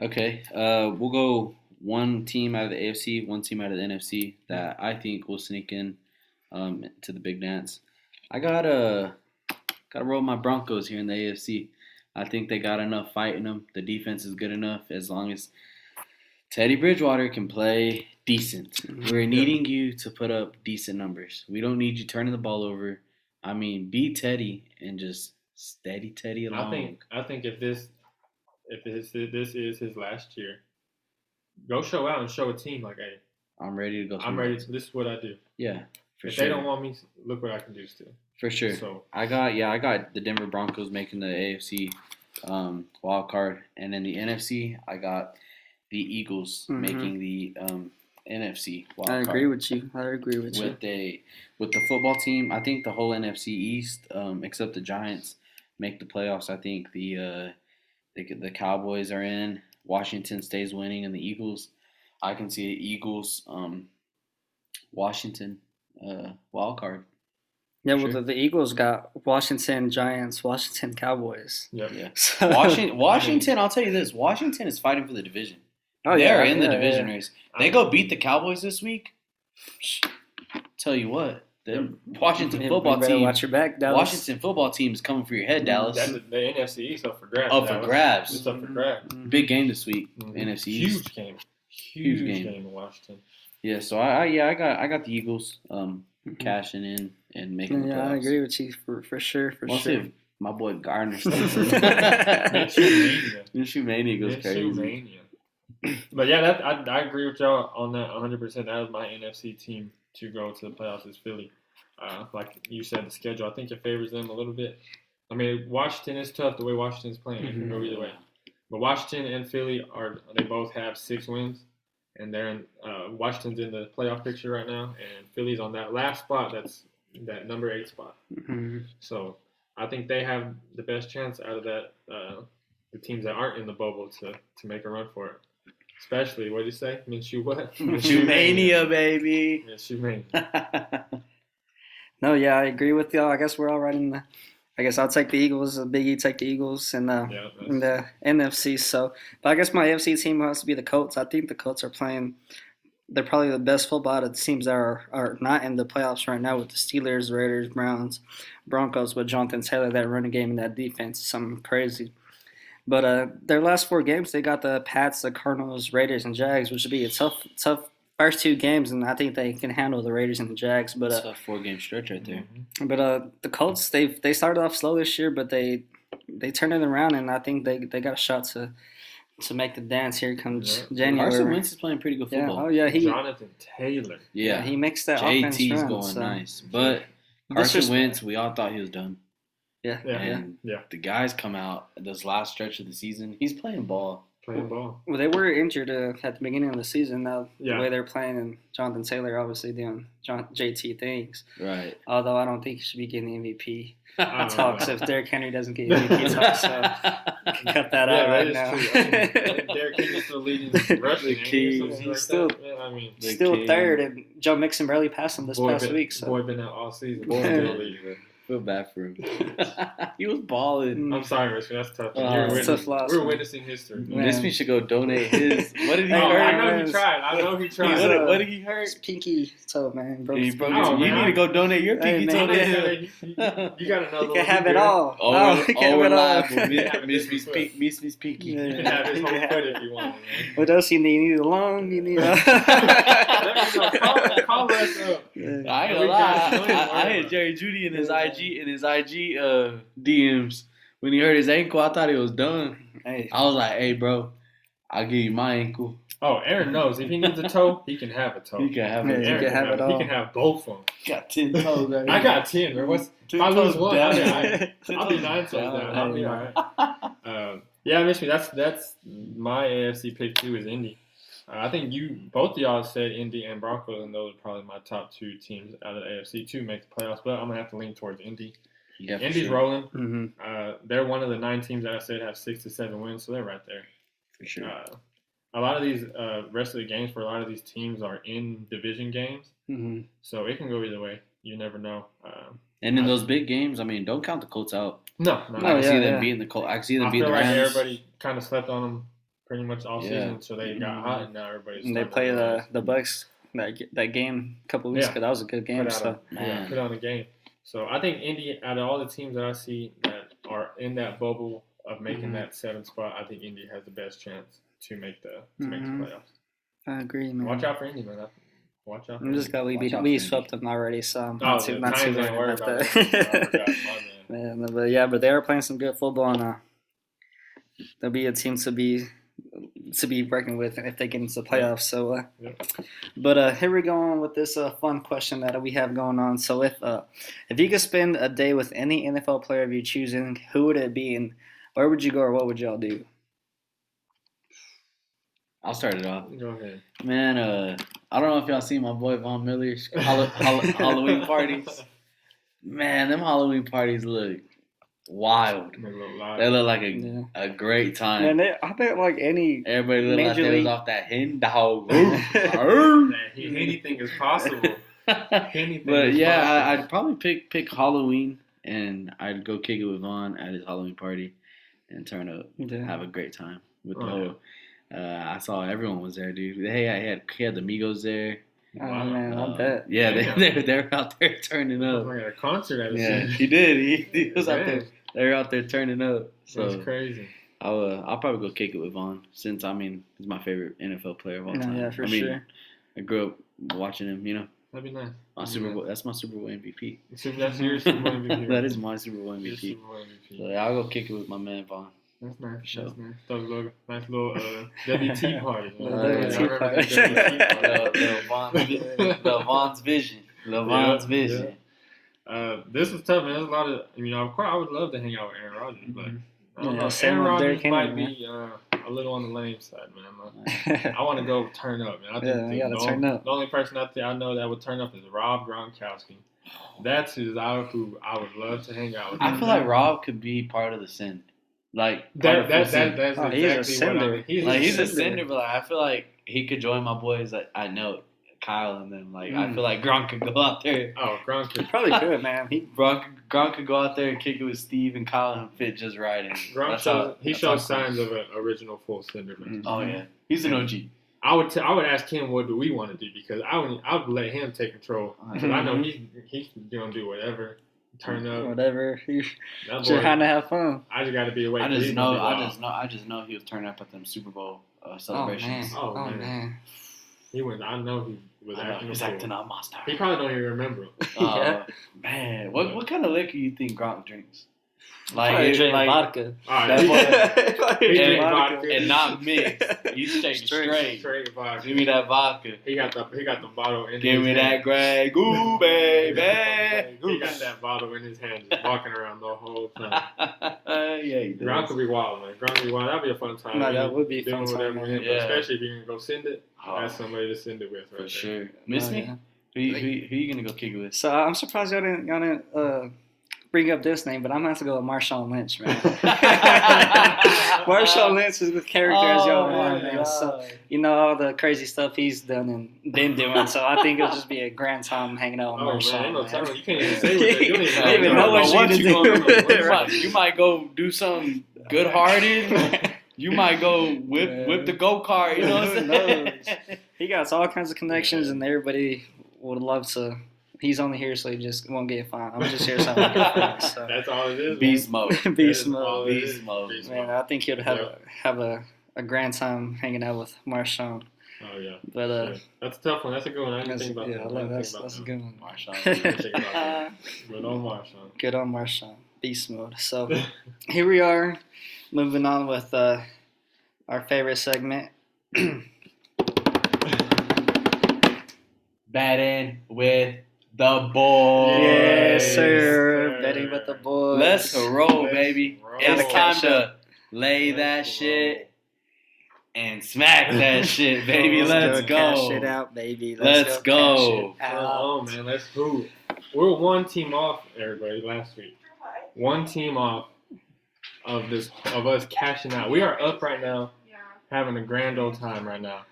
S2: Okay, uh, we'll go one team out of the AFC, one team out of the NFC that I think will sneak in um, to the big dance. I gotta gotta roll my Broncos here in the AFC. I think they got enough fight in them. The defense is good enough as long as Teddy Bridgewater can play decent. We're needing you to put up decent numbers. We don't need you turning the ball over. I mean, be Teddy and just steady Teddy along.
S3: I think
S2: Um,
S3: I think if this if this if this is his last year, go show out and show a team like, hey,
S2: I'm ready to go.
S3: I'm
S2: somewhere.
S3: ready. To, this is what I do.
S2: Yeah, for
S3: if
S2: sure.
S3: they don't want me, look what I can do still.
S2: for sure.
S3: So
S2: I got yeah, I got the Denver Broncos making the AFC um, wild card, and in the NFC, I got the Eagles
S1: Mhm.
S2: making the um, NFC wild
S1: I
S2: card.
S1: agree with you. I agree with you.
S2: with a with the football team. I think the whole NFC East, um, except the Giants, make the playoffs. I think the uh, the the Cowboys are in. Washington stays winning, and the Eagles. I can see Eagles, um, Washington, uh, wild card.
S1: Yeah, well,
S2: Sure.
S1: the, the Eagles got Washington Giants, Washington Cowboys.
S3: yep.
S2: Yeah.
S1: So,
S2: Washington, Washington. I'll tell you this: Washington is fighting for the division.
S1: Oh,
S2: they
S1: yeah,
S2: are in the
S1: yeah,
S2: division
S1: yeah.
S2: race. They go beat the Cowboys this week. Tell you what, the Washington
S1: You
S2: football
S1: better
S2: team,
S1: Watch your back, Dallas.
S2: Washington football team is coming for your head, Dallas.
S3: That's the, the NFC East up for grabs.
S2: Up for
S3: Dallas.
S2: grabs.
S3: It's up for grabs.
S1: Mhm.
S2: Big game this week,
S3: Mhm.
S2: NFC East.
S3: Huge game.
S2: Huge
S3: Huge,
S2: game.
S3: game. in Washington.
S2: Yeah, so I, I yeah I got I got the Eagles um
S1: Mhm.
S2: cashing in and making the
S1: Yeah, I
S2: playoffs.
S1: agree with you for, for sure. For
S2: We'll see
S1: sure.
S2: if my boy Gardner stays. in.
S3: Mania.
S2: Minshew mania goes crazy.
S3: Pennsylvania. but yeah, that I, I agree with y'all on that 100. percent That was my NFC team to go to the playoffs is Philly. Uh, like you said, the schedule I think it favors them a little bit. I mean, Washington is tough the way Washington's playing. It can
S2: Mm-hmm.
S3: go either way. But Washington and Philly are they both have six wins, and they're in uh, Washington's in the playoff picture right now, and Philly's on that last spot. That's that number eight spot.
S1: Mhm.
S3: So I think they have the best chance out of that uh, the teams that aren't in the bubble to to make a run for it. Especially what do you say, Minshew what?
S2: Minshew mania, baby.
S3: Minshew mania.
S1: No, yeah, I agree with y'all. I guess we're all right in the. I guess I'll take the Eagles. uh, Big E take the Eagles, and uh,
S3: Yeah,
S1: in
S3: that's,
S1: the NFC. So, but I guess my NFC team has to be the Colts. I think the Colts are playing. They're probably the best football out of the teams that are, are not in the playoffs right now with the Steelers, Raiders, Browns, Broncos. With Jonathan Taylor, that running game and that defense is something crazy. But uh, their last four games, they got the Pats, the Cardinals, Raiders, and Jags, which would be a tough, tough first two games, and I think they can handle the Raiders and the Jags. But uh,
S2: That's a four game stretch right there.
S1: but uh, the Colts they they started off slow this year, but they they turned it around, and I think they, they got a shot to to make the dance here comes
S3: Yeah.
S2: Carson
S1: January.
S2: Wentz is playing pretty good
S1: Yeah, oh
S2: football.
S1: yeah, he yeah,
S3: Jonathan Taylor.
S2: Yeah,
S1: he makes that offense
S2: JT's
S1: run.
S2: going
S1: so.
S2: nice, but
S1: This
S2: Carson
S1: is-
S2: Wentz, we all thought he was done.
S1: Yeah,
S3: Yeah.
S1: yeah.
S2: And
S3: Yeah.
S2: the guys come out this last stretch of the season. He's playing ball.
S3: playing ball.
S1: Well, they were injured uh, at the beginning of the season. Now the
S3: Yeah.
S1: way they're playing and Jonathan Taylor obviously doing John, JT things.
S2: Right.
S1: Although I don't think he should be getting MVP
S3: I don't
S1: talks
S3: know.
S1: if Derrick Henry doesn't get MVP talks. So you can cut that out right
S3: that is
S1: now.
S3: true. Derrick King is still leading
S1: The
S3: rushing. ain't he?
S1: key.
S3: Something like
S1: He's
S3: that.
S1: still-
S3: Yeah, I mean,
S2: The
S1: Still
S2: king.
S1: third, and Joe Mixon barely passed him this
S3: boy
S1: past
S3: been,
S1: week. So
S3: boy been out all season.
S2: Boy
S3: Still
S2: been-
S3: leading.
S2: Feel bad for him. he was balling.
S1: Mm.
S3: I'm sorry, Richard. That's tough.
S2: Uh,
S3: You're
S2: it's a
S3: witness-
S1: tough loss,
S3: We're
S1: man.
S3: witnessing history.
S1: Mm, Man.
S2: This man should go donate his. What did he
S3: Oh,
S1: Hey,
S3: I
S2: hurt?
S1: man.
S3: know he tried. I know he tried.
S1: He's, uh,
S2: What, what did he hurt?
S1: it's pinky toe, man. Broke
S2: He
S1: his
S2: broke
S1: pinky
S2: his-
S1: toe.
S3: Oh,
S2: you
S3: man.
S2: need to go donate your
S1: Hey,
S2: pinky
S1: man. Oh,
S2: toe to him.
S3: you, you- you got another.
S1: He can
S3: one
S1: have
S3: here.
S1: it all.
S2: All,
S1: oh,
S2: we're-
S1: he can
S2: all we're
S1: have it all.
S2: live. will
S3: Yeah.
S2: Miss Miss Pink- Miss Miss Pinky.
S3: You
S1: Yeah.
S3: can have his whole
S1: Yeah.
S3: foot if you want. Man.
S1: What else you need? You need a lung. You need. A...
S3: Let me know. Call, call us up.
S1: Yeah.
S2: I ain't gonna lie. I, I hit Jerry Judy in his IG in his IG uh, DMs when he hurt his ankle. I thought it was done.
S1: Hey,
S2: I was like, "Hey, bro, I'll give you my ankle.
S3: Oh, Aaron knows if he needs a toe, he can have a toe.
S2: You can have
S1: Yeah,
S2: it.
S1: you
S3: Aaron
S1: can have it all.
S3: He can have both of them.
S2: got ten toes. Right
S3: I got ten. Bro. What's
S1: Two
S3: I lose
S1: toes
S3: one,
S1: down.
S3: I'll be I'll be
S2: Ten
S3: nine
S2: toes
S3: toes down. I'll be all
S1: down.
S3: right. Um, yeah, Mitch, that's that's my AFC pick too is Indy. Uh, I think you both of y'all said Indy and Broncos, and those are probably my top two teams out of the AFC to make the playoffs. But I'm gonna have to lean towards Indy.
S2: Yeah, for
S3: Indy's
S2: sure.
S3: rolling.
S1: Mhm.
S3: Uh, they're one of the nine teams that I said have six to seven wins, so they're right there.
S2: For sure.
S3: Uh, a lot of these uh, rest of the games for a lot of these teams are in division games,
S1: Mhm.
S3: so it can go either way. You never know. Um,
S2: and in those big games, I mean, don't count the Colts out.
S3: no, no,
S2: I
S3: no.
S2: can
S1: yeah,
S2: see them
S1: yeah.
S2: beating the Colts. I can see them
S3: I
S2: beating
S3: feel
S2: the
S3: like
S2: Rams.
S3: everybody kind of slept on them pretty much all
S2: Yeah.
S3: season, so they got
S1: Mhm.
S3: hot, and now everybody's.
S1: And they
S3: slept
S1: play
S3: on
S1: the
S3: them.
S1: the Bucks that g- that game a couple weeks
S3: Yeah.
S1: ago. That was a good game.
S3: put,
S1: So
S3: out a, yeah,
S2: Man.
S3: put on a game. So I think Indy, out of all the teams that I see that are in that bubble of making
S1: Mhm.
S3: that seventh spot, I think Indy has the best chance to make the to make the
S1: Mhm.
S3: playoffs.
S1: I agree, man.
S3: Watch out for Indy, man. Watch out. For
S1: I'm just
S3: Indy.
S1: glad we
S2: Watch
S1: beat
S2: out
S1: we
S2: for
S1: swept them already, so I'm
S3: Oh,
S1: not too
S3: the
S1: not too
S3: Titans
S1: worried
S3: ain't worried
S1: about
S3: about it. I forgot,
S1: that.
S3: my man.
S1: Man, uh, but yeah, but they are playing some good football, and uh, they'll be a team to be to be working with if they get into the playoffs. So, uh,
S3: Yep.
S1: but uh, here we go on with this uh, fun question that we have going on. So, if uh, if you could spend a day with any NFL player of your choosing, who would it be, and where would you go, or what would y'all do?
S2: I'll start it off.
S3: Go ahead.
S2: Man, uh, I don't know if y'all seen my boy Von Miller's Hall- Hall- Halloween parties. Man, them Halloween parties look wild.
S3: Make a little
S2: They
S3: live.
S2: look like a,
S1: Yeah.
S2: a great time.
S1: Man, they, I bet like any
S2: Everybody looked like
S1: Major
S2: they was
S1: League-
S2: off that hen dog.
S3: Man,
S2: but
S3: he- anything is possible. Anything. is
S2: yeah, I,
S3: possible.
S2: I'd probably pick pick Halloween, and I'd go kick it with Vaughn at his Halloween party, and turn up,
S1: yeah.
S2: have a great time with the
S3: Oh,
S2: whole. Uh, I saw everyone was there, dude. Hey, I had he had the Migos there.
S1: Oh,
S3: Wow.
S1: man, I
S2: Uh,
S1: bet.
S2: Yeah, they
S3: Yeah.
S2: they they were out there turning
S3: I was
S2: up.
S3: like at a concert. I was
S2: Yeah,
S3: seeing.
S2: he did. He, he was out
S3: Man,
S2: there. They were out there turning up.
S3: That's
S2: So
S3: crazy.
S2: I'll uh, I'll probably go kick it with Vaughn since I mean he's my favorite NFL player of all
S1: No,
S2: time.
S1: yeah, for
S2: I mean,
S1: sure.
S2: I grew up watching him. You know,
S3: That'd be nice.
S2: on Super Bowl. That's my Super Bowl MVP.
S3: Super, that's your Super Bowl MVP.
S2: that is my Super Bowl
S3: Your
S2: MVP.
S3: Super Bowl MVP.
S2: So yeah, I'll go kick it with my man Vaughn.
S3: That's nice.
S2: Sure.
S3: That's nice. That was a little, nice little uh, WT party.
S1: Little
S3: Uh, yeah, I
S2: WT
S3: remember
S1: party.
S3: that WT
S2: Lil-
S3: party.
S2: Lil Vaughn's vi- Lil Vaughn's vision. Lil
S3: Yeah,
S2: Vaughn's
S3: yeah.
S2: vision.
S3: Uh, this was tough, man. There's a lot of, you know, of course, I would love to hang out with Aaron Rodgers, but
S2: Mm-hmm.
S3: I don't
S1: Yeah,
S3: know.
S1: same
S3: Aaron
S1: with
S3: Rodgers
S1: Derrick Henry,
S3: might be uh, a little on the lame side, man. Uh, I want to go turn up, man. I
S1: Yeah,
S3: think
S1: you gotta
S3: the,
S1: turn
S3: only,
S1: up.
S3: the only person I, think I know that would turn up is Rob Gronkowski. That's who I, who I would love to hang out with.
S2: I feel like Rob could be part of the sin. Like part
S3: that,
S2: of
S3: that,
S2: the
S3: that,
S2: sin.
S3: that's
S1: Oh, he's a
S3: exactly what I
S1: sender.
S3: mean. He's,
S2: like he's a
S1: sin-
S2: sinner, but like, I feel like he could join my boys. Like I know Kyle and them. Like I
S1: Mm.
S2: feel like Gronk could go out there.
S3: Oh, Gronk is
S1: Probably could, man. He
S2: Gronk, Gronk could go out there and kick it with Steve and Kyle and fit just right in.
S3: Gronk
S2: That's
S3: shows,
S2: how-
S3: he
S2: that's how
S3: shows
S2: cool.
S3: signs of an original full sender.
S1: Mm.
S3: Man.
S2: Oh yeah, he's an OG.
S3: I would t- I would ask him what do we want to do because I would I would let him take control. 'Cause I know he's he's gonna do whatever, turn up.
S1: whatever. You're
S3: That boy,
S1: trying to have fun. Oh,
S3: I just gotta be awake.
S2: I
S3: He's
S2: just know,
S3: gonna be
S2: I
S3: wild.
S2: just know, I just know he was turning up at them Super Bowl uh,
S1: Oh man.
S2: celebrations.
S3: Oh,
S1: Oh
S3: man.
S1: man.
S3: he was I know he Oh, was
S2: I know,
S3: acting.
S2: he's
S3: a fool.
S2: acting a monster.
S3: He probably don't even remember. him.
S2: Uh,
S1: Yeah.
S2: Man, what what kind of liquor you think Gronk drinks?
S1: Probably
S2: Like,
S1: drink
S2: like
S1: vodka.
S3: All
S2: That
S3: right,
S1: Probably
S3: he
S1: drink
S3: drink
S1: vodka.
S3: vodka.
S2: and not mixed. You straight
S3: straight,
S2: straight.
S3: straight vodka.
S2: Give me that vodka.
S3: He got the he got the bottle. In
S2: Give
S3: his
S2: me
S3: hand.
S2: that Greg. Ooh, baby. Ooh,
S3: He got that bottle in his hand, just walking around the whole time.
S2: yeah, he does.
S3: Gronk would be wild, man. Gronk would be wild. That'd be a fun time.
S1: No,
S3: man.
S1: that would be a fun
S3: Doing
S1: time.
S3: whatever,
S1: man.
S3: with him,
S2: Yeah.
S3: especially if you're gonna go send it.
S2: Oh,
S3: That's somebody to send it with, right
S2: for
S3: there.
S2: sure. Miss
S1: Oh,
S2: me?
S1: yeah.
S2: Who, who, who you gonna go kick it with?
S1: So uh, I'm surprised y'all didn't, y'all didn't uh, bring up this name, but I'm gonna have to go with Marshawn Lynch, man.
S2: Oh,
S1: Marshawn Lynch is the character as y'all want, man. So you know all the crazy stuff he's done and been doing. so I think it'll just be a grand time hanging out
S3: Oh
S1: with
S3: man,
S1: Marshawn.
S3: ain't no
S1: man.
S3: telling. You can't even say what they- you don't
S1: I don't
S3: even
S1: even know what
S3: what
S1: she
S3: you
S1: gonna
S3: gonna
S1: do.
S3: do.
S2: You might, you might go do something good hearted. You might go whip whip the go kart. You know what I'm saying?
S1: Who he got all kinds of connections, and everybody would love to. He's only here, so he just won't get fined. I'm just here, so I'm get fined. So.
S3: That's all it is.
S2: Beast mode.
S3: man.
S1: Beast
S3: That is all
S1: mode.
S3: it
S2: Beast
S3: is.
S2: mode.
S3: Beast
S1: Man,
S3: mode.
S1: I think he'd have
S3: Yeah.
S1: have a, a grand time hanging out with Marshawn.
S3: Oh yeah.
S1: But uh,
S3: Yeah. That's a tough one. That's a good one. I didn't
S1: that's,
S3: think about
S1: yeah, I
S3: that. I
S1: like
S3: didn't
S1: that's,
S3: think about
S1: that's a
S3: that.
S1: good one.
S2: Marshawn Lynch.
S3: Think about that. Good on Marshawn.
S1: Good on Marshawn. Beast mode. So here we are, moving on with uh, our favorite segment.
S2: Batting with the boys.
S1: yes,
S3: Yes,
S1: sir.
S3: sir.
S1: Betting with the boys.
S2: Let's roll,
S3: Let's
S2: baby.
S3: roll.
S2: It's time to lay
S3: Let's
S2: that
S3: roll.
S2: shit and smack that shit, baby.
S1: Let's
S2: Let's
S1: go. Cash it
S2: go.
S1: out, baby.
S2: Let's go.
S1: cash it out.
S3: Oh man, let's who? We're one team off, everybody. Last week, one team off of this of us cashing out. We are up right now, having a grand old time right now,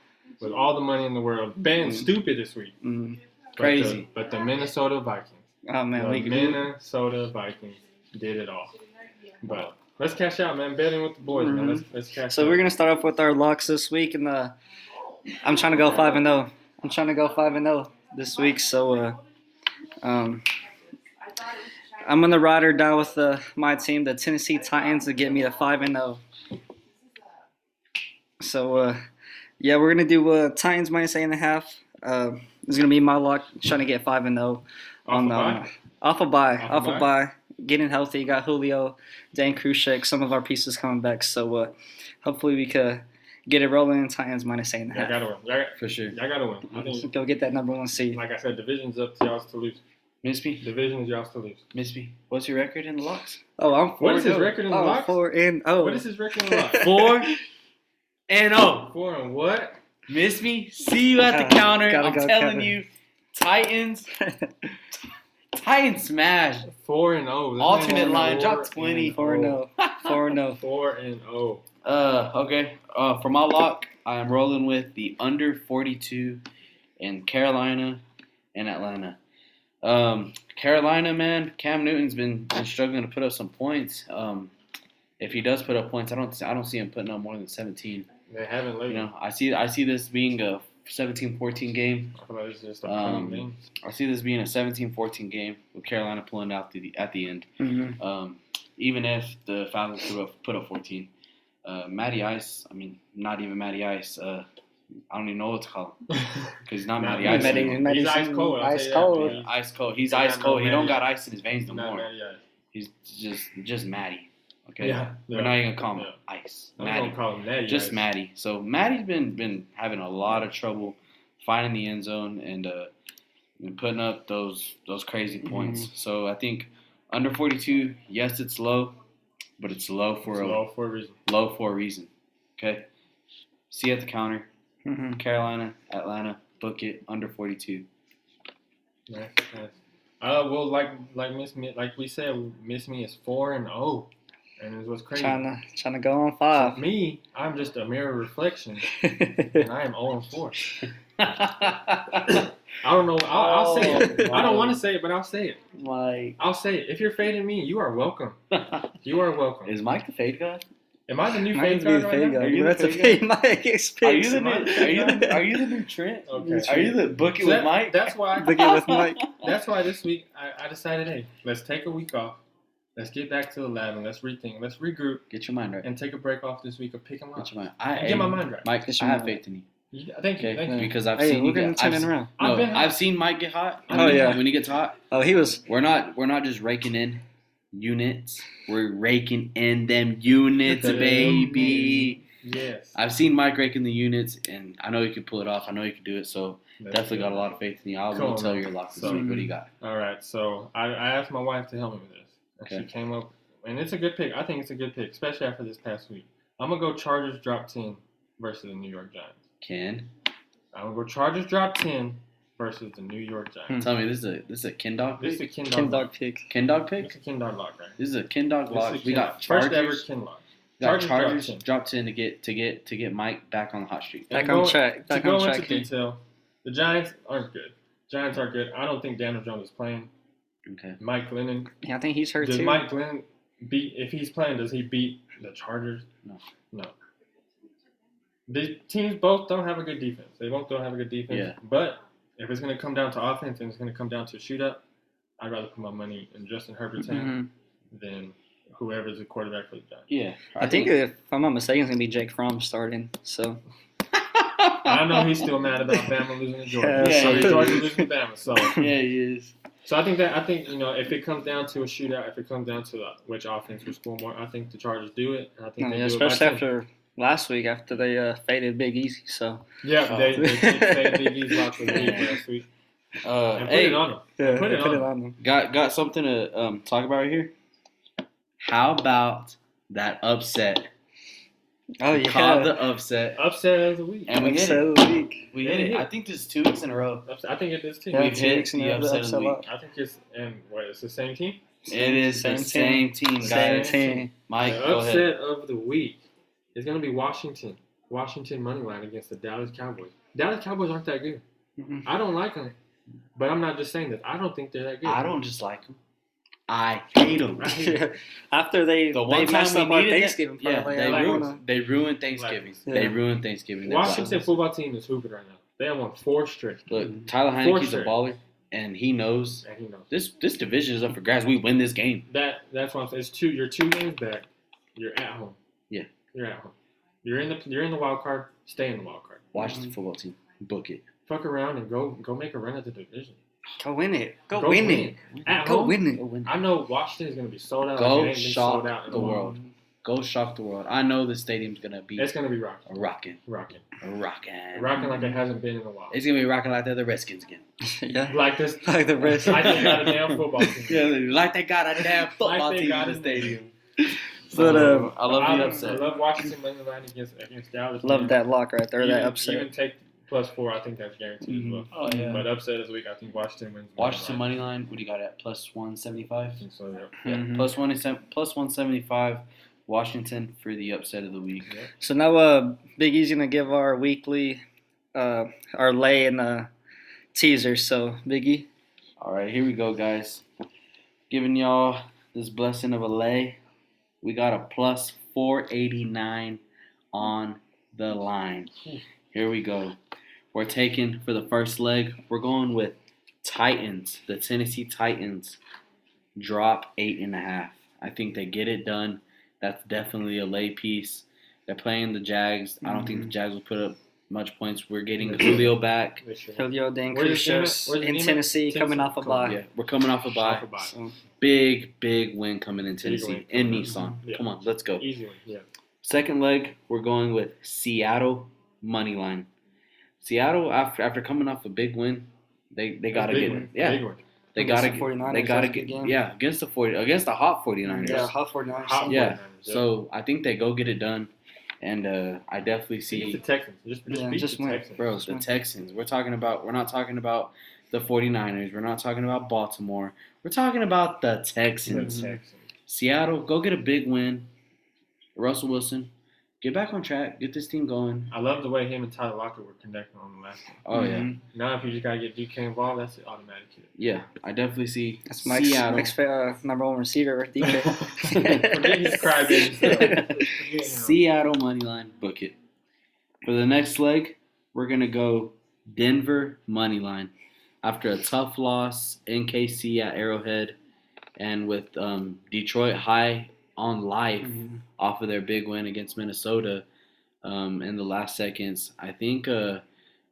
S3: with all the money in the world. Been stupid this week,
S1: Mm.
S3: But
S2: Crazy.
S3: the- But the, Minnesota Vikings,
S1: Oh man,
S3: the
S1: we
S3: Minnesota Vikings, did it all. But let's cash out, man. Betting with the boys, man. Let's, let's cash
S1: So
S3: out.
S1: we're gonna start off with our locks this week, and uh, I'm trying to go five and zero. I'm trying to go five and zero this week. So uh, um, I'm gonna ride or die with uh, my team, the Tennessee Titans, to get me to five and zero. So uh, yeah, we're gonna do uh, Titans minus eight and a half. Uh, it's gonna be my lock, trying to get five and oh. zero
S3: Off
S1: on
S3: a
S1: the
S3: bye?
S1: off a buy,
S3: Off a
S1: off a buy, getting healthy. Got Julio, Dan Krusek, some of our pieces coming back. So uh, hopefully we could get it rolling. Titans minus eight and a
S3: Y'all
S1: half.
S3: gotta win. Y'all, got-
S2: For sure.
S3: y'all gotta win. I think,
S1: Go get that number one seed.
S3: like I said, division's up to y'all to lose.
S2: Miss me?
S3: Division is y'all to lose.
S2: Miss me? What's your record in the locks?
S1: Oh, I'm four.
S3: What is
S1: and
S3: his
S1: oh.
S3: record in the
S1: oh,
S3: locks?
S1: Four and oh.
S3: What is his record in the lock?
S2: Four and oh.
S3: Four and what?
S2: Miss me? See you at the
S1: Uh,
S2: counter.
S1: gotta
S2: I'm
S1: go,
S2: telling
S1: Kevin.
S2: you. Titans. Titans smash.
S3: Four and oh. This
S2: Alternate
S3: man went
S2: line,
S3: four
S2: drop 20.
S1: four and oh. Four and oh.
S3: Four and oh.
S2: Uh, okay. Uh, for my lock, I am rolling with the under 42 in Carolina and Atlanta. Um, Carolina, man, Cam Newton's been, been struggling to put up some points. Um, if he does put up points, I don't I don't see him putting up more than 17.
S3: They haven't
S2: You
S3: lately.
S2: know, I see I see this being a 17-14 game.
S3: I feel like it's just a
S2: Um,
S3: funny thing.
S2: I see this being a 17-14 game with Carolina pulling out the, at the end.
S1: Mhm.
S3: Mm-hmm.
S2: Um, even if the Falcons put up, put up 14. Uh, Matty Ice, I mean, not even Matty Ice. Uh, I don't even know what to call him because he's not
S3: Not
S2: Matty
S3: Matty
S2: Ice.
S1: Matty-
S2: anymore.
S1: Matty
S3: He's ice
S1: Simon,
S3: cold, I'll
S1: Ice
S3: tell you that,
S1: cold.
S3: man.
S2: Ice cold. He's
S3: Not
S2: ice
S3: no
S2: cold. He don't
S3: Matty.
S2: got ice in his veins no
S3: Not
S2: more.
S3: bad, yeah.
S2: He's just just Matty. Okay,
S3: Yeah,
S2: we're
S3: yeah,
S2: not even gonna call him
S3: yeah.
S2: Ice.
S3: I'm
S2: Matty.
S3: gonna call him Natty.
S2: just
S3: Ice.
S2: Matty. So Matty's been been having a lot of trouble finding the end zone and uh, and putting up those those crazy points. So I think under 42, yes, it's low, but it's low for
S3: It's
S2: a
S3: all for a reason.
S2: low for a reason. Okay, see you at the counter,
S1: Mhm.
S2: Carolina, Atlanta, book it under 42.
S3: Nice, nice. Uh, well, like like Miss Me, like we said, Miss Me is four and oh, and it's what's crazy.
S1: Trying to trying to go on five.
S3: Me, I'm just a mirror reflection, and
S1: That's
S3: I am oh and four.
S2: yeah,
S3: I don't know. I'll, I'll say it.
S1: Oh,
S3: I don't
S1: my.
S3: want to say it, but I'll say it. I'll say it. If you're fading me, you are welcome. You are welcome.
S2: is Mike the fade guy?
S3: Am I the new
S1: Might
S3: fade
S1: as well
S3: guy
S1: be a
S3: right
S1: fade
S3: now?
S1: guy.
S2: Are you
S1: We're
S2: the
S1: about to
S2: fade
S1: pay my expense.
S2: Are you the new?
S3: Mike.
S2: Are you the? Are you the new Trent?
S3: Okay.
S2: Are you the book it
S3: So
S2: with
S3: that-
S2: Mike?
S3: That's why.
S1: Look at with Mike.
S3: That's why this week I, I decided, hey, let's take a week off. Let's get back to the lab and let's rethink. Let's regroup
S2: Get your mind right.
S3: and take a break off this week of picking up.
S2: Get your mind. I,
S3: Get my mind right.
S2: Mike,
S1: Get
S2: I
S1: your
S2: have
S1: mind.
S2: faith in you.
S3: Yeah, Thank you.
S2: Okay,
S3: Thank
S1: Yeah.
S3: you.
S2: because I've
S1: Hey,
S2: seen
S1: we're
S2: you
S1: gonna
S2: get.
S1: turn
S2: I've,
S1: it
S2: seen-
S1: around.
S2: no,
S3: I've been hot.
S2: I've seen Mike get hot.
S1: Oh, yeah.
S2: when he gets hot,
S1: Oh, he was.
S2: we're not we're not just raking in units. We're raking in them units,
S3: Them
S2: baby.
S3: Yes.
S2: I've seen Mike raking the units, and I know he can pull it off. I know he can do it. So definitely got a lot of faith in you. I
S3: Cool,
S2: will tell
S3: man.
S2: your lock this
S3: So-
S2: week. What do you got?
S3: All right, so I, I asked my wife to help me with this. and
S2: Okay.
S3: She came up, and it's a good pick. I think it's a good pick, especially after this past week. I'm gonna go Chargers drop ten versus the New York Giants.
S2: Ken,
S3: I'm gonna go Chargers drop ten versus the New York Giants.
S2: tell me this is a this is a Ken dog
S3: Mm. This is
S2: pick.
S3: a Ken
S1: Ken
S3: Dog.
S1: dog pick.
S2: Hmm. Ken dog
S3: This
S2: pick.
S3: is a Ken Dog lock, right?
S2: This is a Ken dog
S3: This
S2: lodge.
S3: is
S2: We
S3: Ken-
S2: got
S3: first ever
S2: Chargers.
S3: Ken lock.
S2: Got
S3: Chargers
S2: Chargers
S3: dropped in.
S2: dropped in to get to get to get Mike back on the hot streak.
S1: Back
S3: And
S1: on
S3: go-
S1: track.
S3: To
S1: Back
S3: go
S1: on track.
S3: into
S1: here.
S3: detail, the Giants aren't good. Giants are good. I don't think Daniel Jones is playing.
S2: Okay.
S3: Mike Glennon
S1: Yeah, I think he's hurt
S3: Does
S1: too.
S3: Mike Glenn beat if he's playing? Does he beat the Chargers?
S2: No.
S3: no. The teams both don't have a good defense. They both don't have a good defense.
S2: Yeah.
S3: But if it's going to come down to offense and it's going to come down to a shootout, I'd rather put my money in Justin Herbert's hand
S1: Mhm.
S3: than whoever's the quarterback for the Giants.
S2: Yeah.
S1: I think if I'm not mistaken, it's gonna be Jake Fromm starting. So
S3: I know he's still mad about Bama losing to Georgia.
S1: Yeah,
S3: so
S2: he
S3: Georgia
S2: is.
S3: losing to Bama. So,
S2: yeah, he is.
S3: so I think that I think you know if it comes down to a shootout, if it comes down to uh, which offense will score more, I think the Chargers do it. and I think
S1: Oh, yeah,
S3: they do it by
S1: especially
S3: 10.
S1: after last week, after they uh, faded Big Easy. So
S3: Yeah, they, they did say BB's locked with me
S2: Yeah.
S3: last week.
S2: Uh,
S3: And put
S2: hey,
S3: it on him.
S1: yeah,
S3: Put
S1: they
S3: it on.
S1: them.
S2: got got something to um, talk about right here. How about that upset?
S1: Oh
S2: We called
S1: yeah,
S2: the upset,
S3: Upset of the week.
S2: and we hit
S1: Upset
S2: it.
S1: of the week.
S2: We hit it. I think this is two weeks in a row.
S3: Upset- I think it is too.
S1: Yeah,
S2: We've
S1: two
S2: hit
S1: weeks in
S2: the
S1: a row,
S2: upset of the week.
S1: lot.
S3: I think it's and what it's the same team.
S2: It is the same team,
S1: Same
S2: guys.
S1: team.
S2: Mike,
S3: the
S2: go
S3: upset
S2: ahead.
S3: of the week is going to be Washington. Washington money line against the Dallas Cowboys. Dallas Cowboys aren't that good.
S1: Mhm.
S2: Mm-hmm.
S3: I don't like them, but I'm not just saying that. I don't think they're that good.
S2: I don't just like him. I hate him.
S3: Right.
S1: Yeah. after they
S2: The
S1: they
S2: one
S1: messed
S2: time
S1: up
S2: we
S1: our
S2: needed that-
S1: Thanksgiving
S2: yeah,
S1: parlay,
S2: they
S1: I
S3: ruined-
S1: wanna-
S2: They ruined Thanksgiving.
S1: Yeah.
S2: They ruined Thanksgiving. They
S3: Washington
S2: lost.
S3: football team is hooping right now. They have won four straight,
S2: Look, Tyler
S3: For
S2: Heineke's
S3: sure.
S2: a baller, and he knows
S3: and he knows.
S2: this. This division is up for grabs. We win this game.
S3: That that's what I'm saying. It's two. You're two games back. You're at home.
S2: Yeah.
S3: You're at home. You're in the you're in the wild card. Stay in the wild card.
S2: Washington football team, book it.
S3: Fuck around and go go make a run at the division.
S1: go win it, go,
S3: Go
S1: win,
S3: win
S1: it,
S3: At
S1: go
S3: home.
S1: win
S2: Go
S1: it.
S2: win.
S3: I know Washington is gonna be sold out.
S2: Go
S3: like it ain't been
S2: shock
S3: sold out in
S2: the
S3: a while.
S2: world. Go shock the world. I know the stadium's gonna be
S3: It's gonna be rocking,
S2: rocking,
S3: rocking,
S2: rocking,
S3: rocking like it hasn't been in a while.
S2: It's gonna be rocking like they're the Redskins again.
S1: yeah,
S3: like this.
S1: like the
S3: Like
S1: rest.
S3: they got a damn football team.
S2: like they got a damn football
S3: Like they
S2: team
S3: got
S2: in the
S3: it.
S2: stadium.
S1: But, um,
S2: I love the upset.
S3: I love Washington money line against against Dallas.
S1: Love that lock right there,
S3: Even,
S1: that upset.
S3: Even take plus four. I think that's guaranteed
S1: Mhm.
S3: as well.
S2: oh yeah.
S3: But upset this week, I think Washington wins.
S2: Washington money line. What do you got at plus one seventy five?
S3: line. So yeah.
S1: Mhm.
S2: Yeah, plus one is plus one seventy five. Washington for the upset of the week.
S1: So now, uh, Big E's gonna give our weekly, uh, our lay and uh, teaser. So E, Biggie,
S2: All right, here we go, guys. Giving y'all this blessing of a lay. We got a plus 489 on the line. Here we go. We're taking for the first leg, we're going with Titans, the Tennessee Titans. Drop eight and a half. I think they get it done. That's definitely a lay piece. They're playing the Jags. I don't think the Jags will put up much points. We're getting Julio back.
S3: They should.
S1: Helio Dan
S3: Where's the team at?
S1: Crucius
S3: Where's the
S1: in
S3: team at?
S1: Tennessee, coming
S3: Tennessee.
S1: off uh, a
S3: Cool.
S1: bye.
S2: Yeah, we're coming off a bye.
S3: Off a bye.
S1: So,
S2: Big, big win coming in Tennessee
S3: win.
S2: in Nissan.
S3: Yeah.
S2: Come on, let's go.
S3: Easy one. Yeah.
S2: Second leg, we're going with Seattle money line. Seattle after after coming off a big win, they they gotta
S3: Big
S2: get
S3: one.
S2: yeah
S3: Big one.
S2: they
S1: Against
S2: gotta
S1: the
S2: get
S1: 49ers,
S2: they gotta
S1: that's a
S2: get
S1: good game.
S2: yeah against the forty against the hot 49ers.
S1: yeah, hot 49ers.
S3: Hot
S2: Yeah.
S3: 49ers, yeah.
S2: So I think they go get it done, and uh, I definitely
S3: Beat the
S2: see
S3: Texans. Just, just
S1: Yeah,
S3: beat
S1: just
S3: the
S1: win.
S3: Texans.
S2: bro the Texans. We're talking about we're not talking about the 49ers. We're not talking about Baltimore. We're talking about the
S3: The
S2: Texans.
S3: Texans.
S2: Seattle, go get a big win. Russell Wilson, get back on track. Get this team going.
S3: I love the way him and Tyler Lockett were connecting on the last one.
S2: Oh yeah,
S1: Mhm.
S3: Now, if you just gotta get DK involved, that's an automatic hit.
S2: yeah. I definitely see
S1: That's Mike's,
S2: Seattle.
S1: Mike's fa- uh, number one receiver, DK.
S3: Forget his crybaby stuff. Forget him.
S2: Seattle money line, book it. For the next leg, we're gonna go Denver money line. After a tough loss in KC at Arrowhead, and with um, Detroit high on life,
S1: Mhm.
S2: off of their big win against Minnesota um, in the last seconds. I think uh,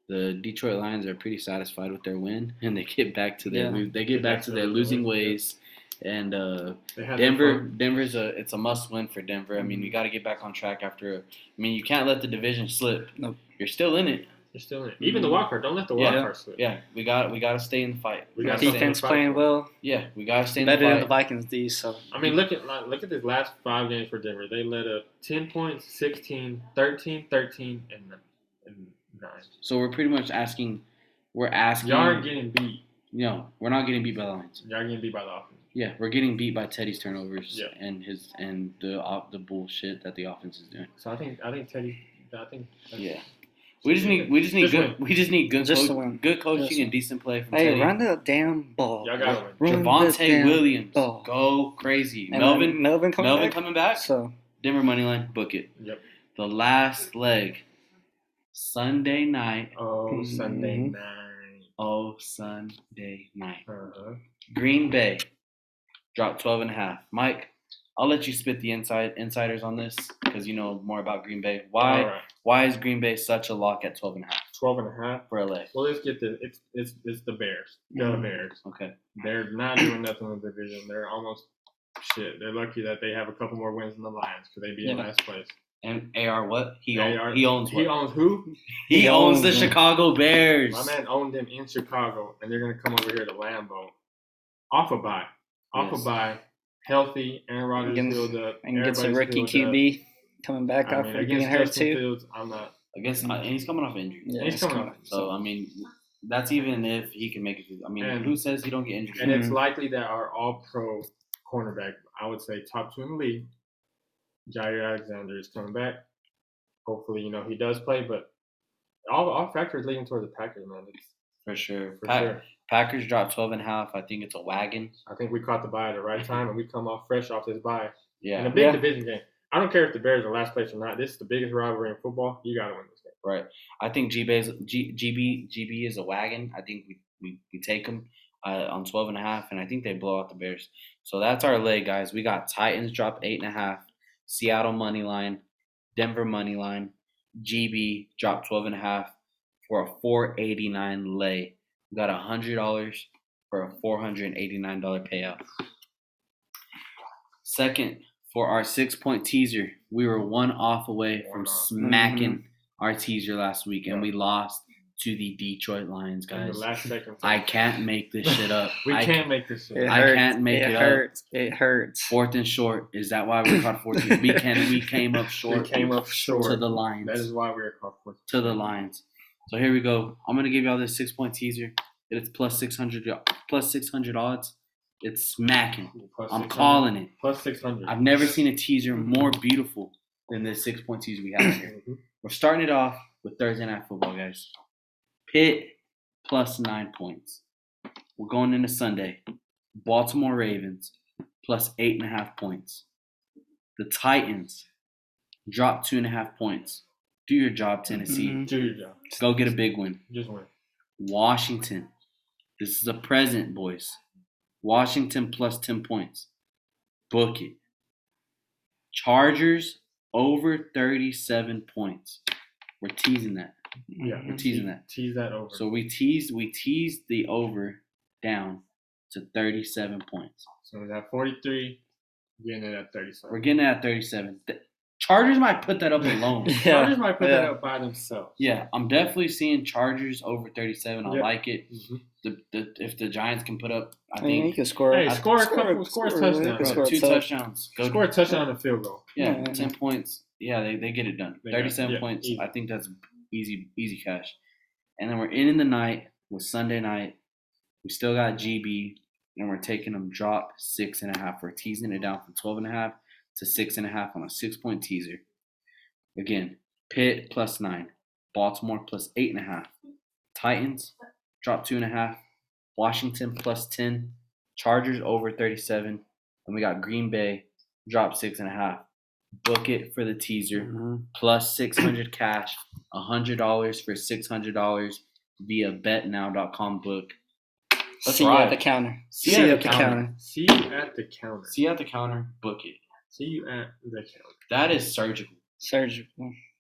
S2: the Detroit Lions are pretty satisfied with their win, and they get back to their
S1: Yeah.
S2: they get back to their losing ways, and uh,
S3: They had their
S2: Denver,
S3: fun.
S2: Denver's a it's a must win for Denver. I mean, you got to get back on track after. I mean, you can't let the division slip.
S1: Nope.
S2: You're still in it.
S3: You're still in. it. Even the wild card. Don't let the
S2: Yeah.
S3: wild card slip.
S2: Yeah, we got we got to stay in the fight.
S3: We
S2: We got to
S3: gotta stay in
S1: Mm-hmm. Defense
S3: the fight.
S1: playing well,
S2: Yeah, we got to stay in the
S1: better than the
S2: fight.
S1: Vikings D. So
S3: I mean, look at like, look at this last five games for Denver. They let up 10 points, 16, 13, 13, and, and 9.
S2: So we're pretty much asking, we're asking.
S3: Y'all are getting beat.
S2: no, we're not getting beat by the Lions.
S3: Y'all are getting beat by the offense.
S2: Yeah, we're getting beat by Teddy's turnovers
S3: Yeah.
S2: and his and the op, the bullshit that the offense is doing.
S3: So I think I think Teddy. I think. that's-
S2: Yeah. We just need we just need
S3: Just
S2: good we just need good
S1: Just
S2: coach-
S1: to win.
S2: good coaching
S1: Just-
S2: and decent play from
S1: hey,
S2: Teddy.
S1: run the damn ball.
S3: Y'all gotta win.
S1: Run this
S2: Javante
S1: damn
S2: Williams,
S1: ball.
S2: go crazy.
S1: And
S2: Melvin,
S1: then Melvin coming
S2: Melvin
S1: back.
S2: coming back.
S1: So
S2: Denver money line, book it.
S3: Yep.
S2: The last leg, Sunday night.
S3: Oh,
S1: Mhm.
S3: Sunday
S2: Mm-hmm.
S3: night.
S2: Oh, Sunday night.
S3: Uh-huh.
S2: Green Bay dropped 12 and a half. Mike, I'll let you spit the inside insiders on this because you know more about Green Bay. Why?
S3: All right.
S2: Why is Green Bay such a lock at 12 and a half
S3: 12 and a half.
S2: for LA?
S3: Well, let's get this. It's it's it's the Bears. The
S1: Mhm.
S3: Bears.
S2: Okay.
S3: They're not doing nothing in the division. They're almost shit. They're lucky that they have a couple more wins than the Lions because they'd be in
S2: Yeah.
S3: last place.
S2: And AR what? He
S3: AR
S2: own, he owns what?
S3: He
S2: He,
S3: owns who?
S1: He
S2: owns the
S1: owns them.
S2: Chicago Bears.
S3: My man owned them in Chicago, and they're gonna come over here to Lambeau. Off a bye. Off
S2: Yes.
S3: a bye. Healthy. Aaron Rodgers
S1: Against-
S3: filled up.
S1: and gets a
S3: everybody's
S1: rookie
S3: filled up.
S1: QB coming back
S3: I
S1: off
S3: mean,
S1: for being
S3: against
S1: hurt
S3: Justin
S1: too.
S3: Fields, I'm not.
S2: Against uh, and he's coming off injury.
S1: Yeah,
S3: He's
S1: it's
S3: coming
S1: coming
S3: off.
S1: off.
S2: So I mean, that's even if he can make it. through- I mean,
S3: And-
S2: who says he don't get injured?
S3: And it's
S1: Mhm.
S3: likely that our all pro cornerback, I would say top two in the league, Jair Alexander is coming back. Hopefully, you know, he does play, but all, all factors leading toward the Packers, man. It's
S2: for sure.
S3: for
S2: Pack-
S3: sure.
S2: Packers dropped 12 and a half. I think it's a wagon.
S3: I think we caught the buy at the right time and we come off fresh off this buy.
S2: Yeah.
S3: And a big
S1: Yeah.
S3: division game. I don't care if the Bears are last place or not. This is the biggest rivalry in football. You got to win this game.
S2: Right. I think GB is, G, GB, GB is a wagon. I think we, we, we take them uh, on 12 and a half, and I think they blow out the Bears. So that's our leg, guys. We got Titans drop eight and a half, Seattle money line, Denver money line, GB drop 12 and a half for a 489 lay. We got $100 for a $489 payout. Second, for our six point teaser, we were one off away
S3: One
S2: from
S3: off.
S2: smacking our teaser last week, and
S3: Yeah.
S2: we lost to the Detroit Lions,
S3: In
S2: guys.
S3: the last second.
S2: I can't make this shit up.
S3: We
S2: I-
S3: can't make this shit.
S1: It
S2: I
S1: hurts.
S2: can't make it up.
S1: hurts. It hurts.
S2: Fourth and short. Is that why we caught fourth? and- we can. We came up
S3: We
S2: short.
S3: came up short.
S2: to the Lions.
S3: That is why we are called fourth.
S2: to the Lions. So here we go. I'm gonna give y'all this six point teaser. It's plus six hundred. Plus six hundred odds. It's smacking.
S3: Plus
S2: I'm
S3: 600.
S2: calling it.
S3: Plus 600.
S2: I've never seen a teaser more beautiful than this six point teaser we have here.
S3: Mhm.
S2: We're starting it off with Thursday night football, guys. Pitt plus nine points. We're going into Sunday. Baltimore Ravens plus eight and a half points. The Titans drop two and a half points. Do your job, Tennessee.
S1: Mhm.
S3: Do your job.
S2: Go get a big win.
S3: Just win.
S2: Mm-hmm. Washington. This is a present, boys. Washington plus 10 points. Book it. Chargers over 37 points. We're teasing that.
S3: Yeah.
S2: We're teasing that.
S3: Tease that over.
S2: So we teased we teased the over down to 37 points.
S3: So we got 43, getting it at 37.
S2: We're getting at 37. The Chargers might put that up alone.
S1: Yeah.
S3: Chargers might put that
S1: Yeah.
S3: up by themselves.
S2: yeah, I'm definitely seeing Chargers over 37. I
S3: Yeah.
S2: like it.
S3: Mhm.
S2: The, the if the Giants can put up, I
S1: I mean,
S2: think
S1: you can score.
S3: Hey, score a
S1: score-
S3: couple- score
S1: score-
S3: a
S1: you
S3: touchdown.
S1: can
S2: Bro,
S1: score a
S2: two
S1: touch.
S2: touchdowns. Go
S3: Score a touchdown and a field goal.
S2: Yeah,
S1: Yeah.
S2: ten points. Yeah, they, they get it done.
S3: They got it.
S2: Thirty-seven
S3: Yeah,
S2: points.
S3: easy.
S2: I think that's easy easy cash. And then we're in in the night with Sunday night. We still got GB, and we're taking them drop six and a half. We're teasing it down from twelve and a half to six and a half on a six-point teaser. Again, Pitt plus nine, Baltimore plus eight and a half, Titans drop two and a half, Washington plus ten, Chargers over thirty-seven, and we got Green Bay drop six and a half. Book it for the teaser
S1: Mhm.
S2: plus 600 cash, $100 for $600 via betnow.com book. Let's
S1: See you
S2: ride.
S1: at the counter.
S2: See
S1: See,
S2: you at
S1: you
S2: the
S1: at the
S2: counter.
S1: counter.
S3: See you at the counter.
S2: See you at the counter, book it.
S3: See you at the counter.
S2: That is surgical.
S1: Surgical.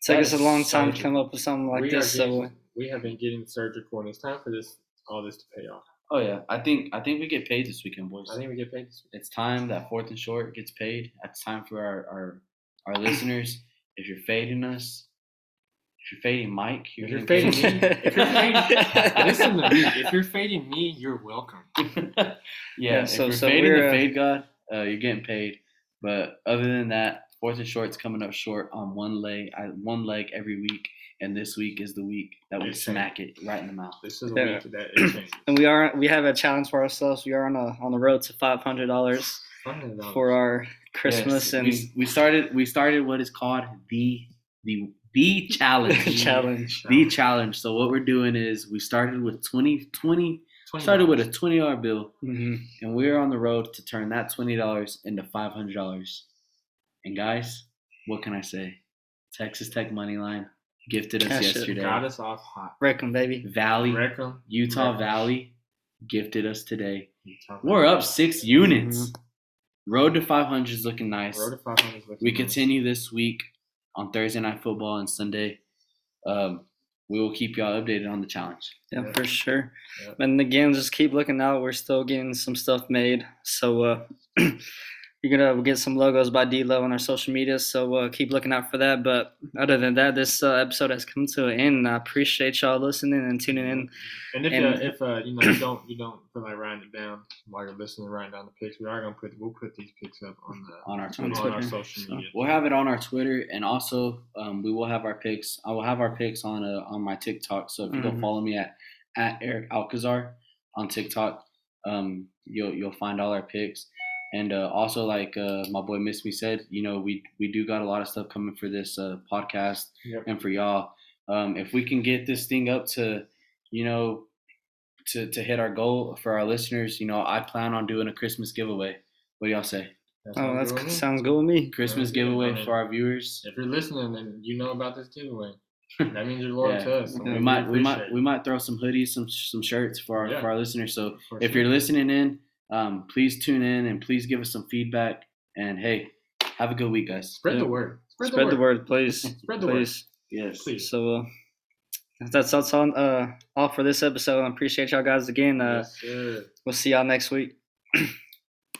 S2: That
S1: Took us a
S2: is
S1: long time to
S2: surgical.
S1: come up with something like
S3: we,
S1: this.
S3: are
S1: So
S3: getting, we have been getting surgical, and it's time for this all this to pay off.
S2: Oh yeah, I think I think we get paid this weekend, boys.
S3: I think we get paid. This
S2: It's time that fourth and short gets paid. That's time for our our, our listeners. If you're fading us, if you're fading Mike, you're,
S3: If you're
S2: getting
S3: fading me, if you're
S1: fading-
S3: Listen to me. If you're fading me, you're welcome.
S2: yeah,
S1: Yeah,
S2: if
S1: so-
S2: you're
S1: so
S2: fading the
S1: we're, uh,
S2: fade god, uh, you're getting paid. But other than that, fourth and short's coming up short on one leg, I, one leg every week, and this week is the week that we
S3: Okay.
S2: smack it right in the mouth.
S3: This is a
S1: Yeah.
S3: week that it changes.
S1: And we are we have a challenge for ourselves. We are on a on the road to five hundred dollars
S3: Fun though.
S1: for our
S2: Yes,
S1: Christmas and
S2: we, we started we started what is called the the the challenge.
S1: challenge.
S2: The challenge. So what we're doing is we started with 20, 20
S3: $20.
S2: started with a twenty dollar bill,
S1: Mhm.
S2: and we're on the road to turn that twenty dollars into five hundred dollars. And guys, what can I say? Texas Tech money line gifted us
S1: Cash it.
S2: yesterday.
S3: got us off hot.
S1: Reckham, baby.
S2: Valley,
S3: Reckham,
S2: Utah
S3: Reckham.
S2: Valley, gifted us today.
S3: Utah.
S2: We're up six units. Road to five hundred is looking nice.
S3: Road to 500 is looking
S2: We
S3: nice.
S2: continue this week on Thursday night football and Sunday. Um, we will keep y'all updated on the challenge.
S1: Yeah,
S3: Yeah.
S1: for sure.
S3: Yeah.
S1: And again, just keep looking out. We're still getting some stuff made. So uh, you're gonna get some logos by D-Lo on our social media. So uh, keep looking out for that. But other than that, this uh, episode has come to an end. I appreciate y'all listening and tuning in.
S3: And if
S1: and-
S3: uh, if uh, you know you don't you don't feel like writing it down while you're listening, writing down the picks, we are gonna put we'll put these picks up on the
S2: On our
S3: on,
S2: Twitter.
S3: our
S1: Twitter.
S3: social
S1: So,
S3: media.
S2: We'll have it on our Twitter, and also um, we will have our picks. I will have our picks on uh, on my TikTok. So if you go
S1: Mhm.
S2: follow me at at Eric Alcazar on TikTok, um, you'll you'll find all our picks. And uh, also, like uh, my boy Miss Me said, you know, we we do got a lot of stuff coming for this uh, podcast
S3: Yep.
S2: and for y'all. Um, if we can get this thing up to, you know, to to hit our goal for our listeners, you know, I plan on doing a Christmas giveaway. What do y'all say?
S3: That's
S1: Oh,
S3: all
S1: that
S3: good with me.
S1: sounds good with me.
S2: Christmas
S3: Sounds good.
S2: giveaway for our viewers.
S3: If you're listening, then you know about this giveaway. That means you're loyal
S2: Yeah.
S3: to us. so
S2: we might we might
S3: appreciate
S2: we might throw some hoodies, some some shirts for our
S3: Yeah.
S2: for our listeners. So
S3: it, for
S2: if
S3: sure.
S2: you're listening in, um, please tune in and please give us some feedback. And hey, have a good week, guys.
S3: spread the word, spread,
S1: Spread
S3: the word,
S1: please.
S3: spread the word,
S1: Please.
S2: Yes.
S3: please.
S1: So uh, that's that's all uh, all for this episode. I appreciate y'all guys again. Uh,
S3: Yes, sir.
S1: We'll see y'all next week.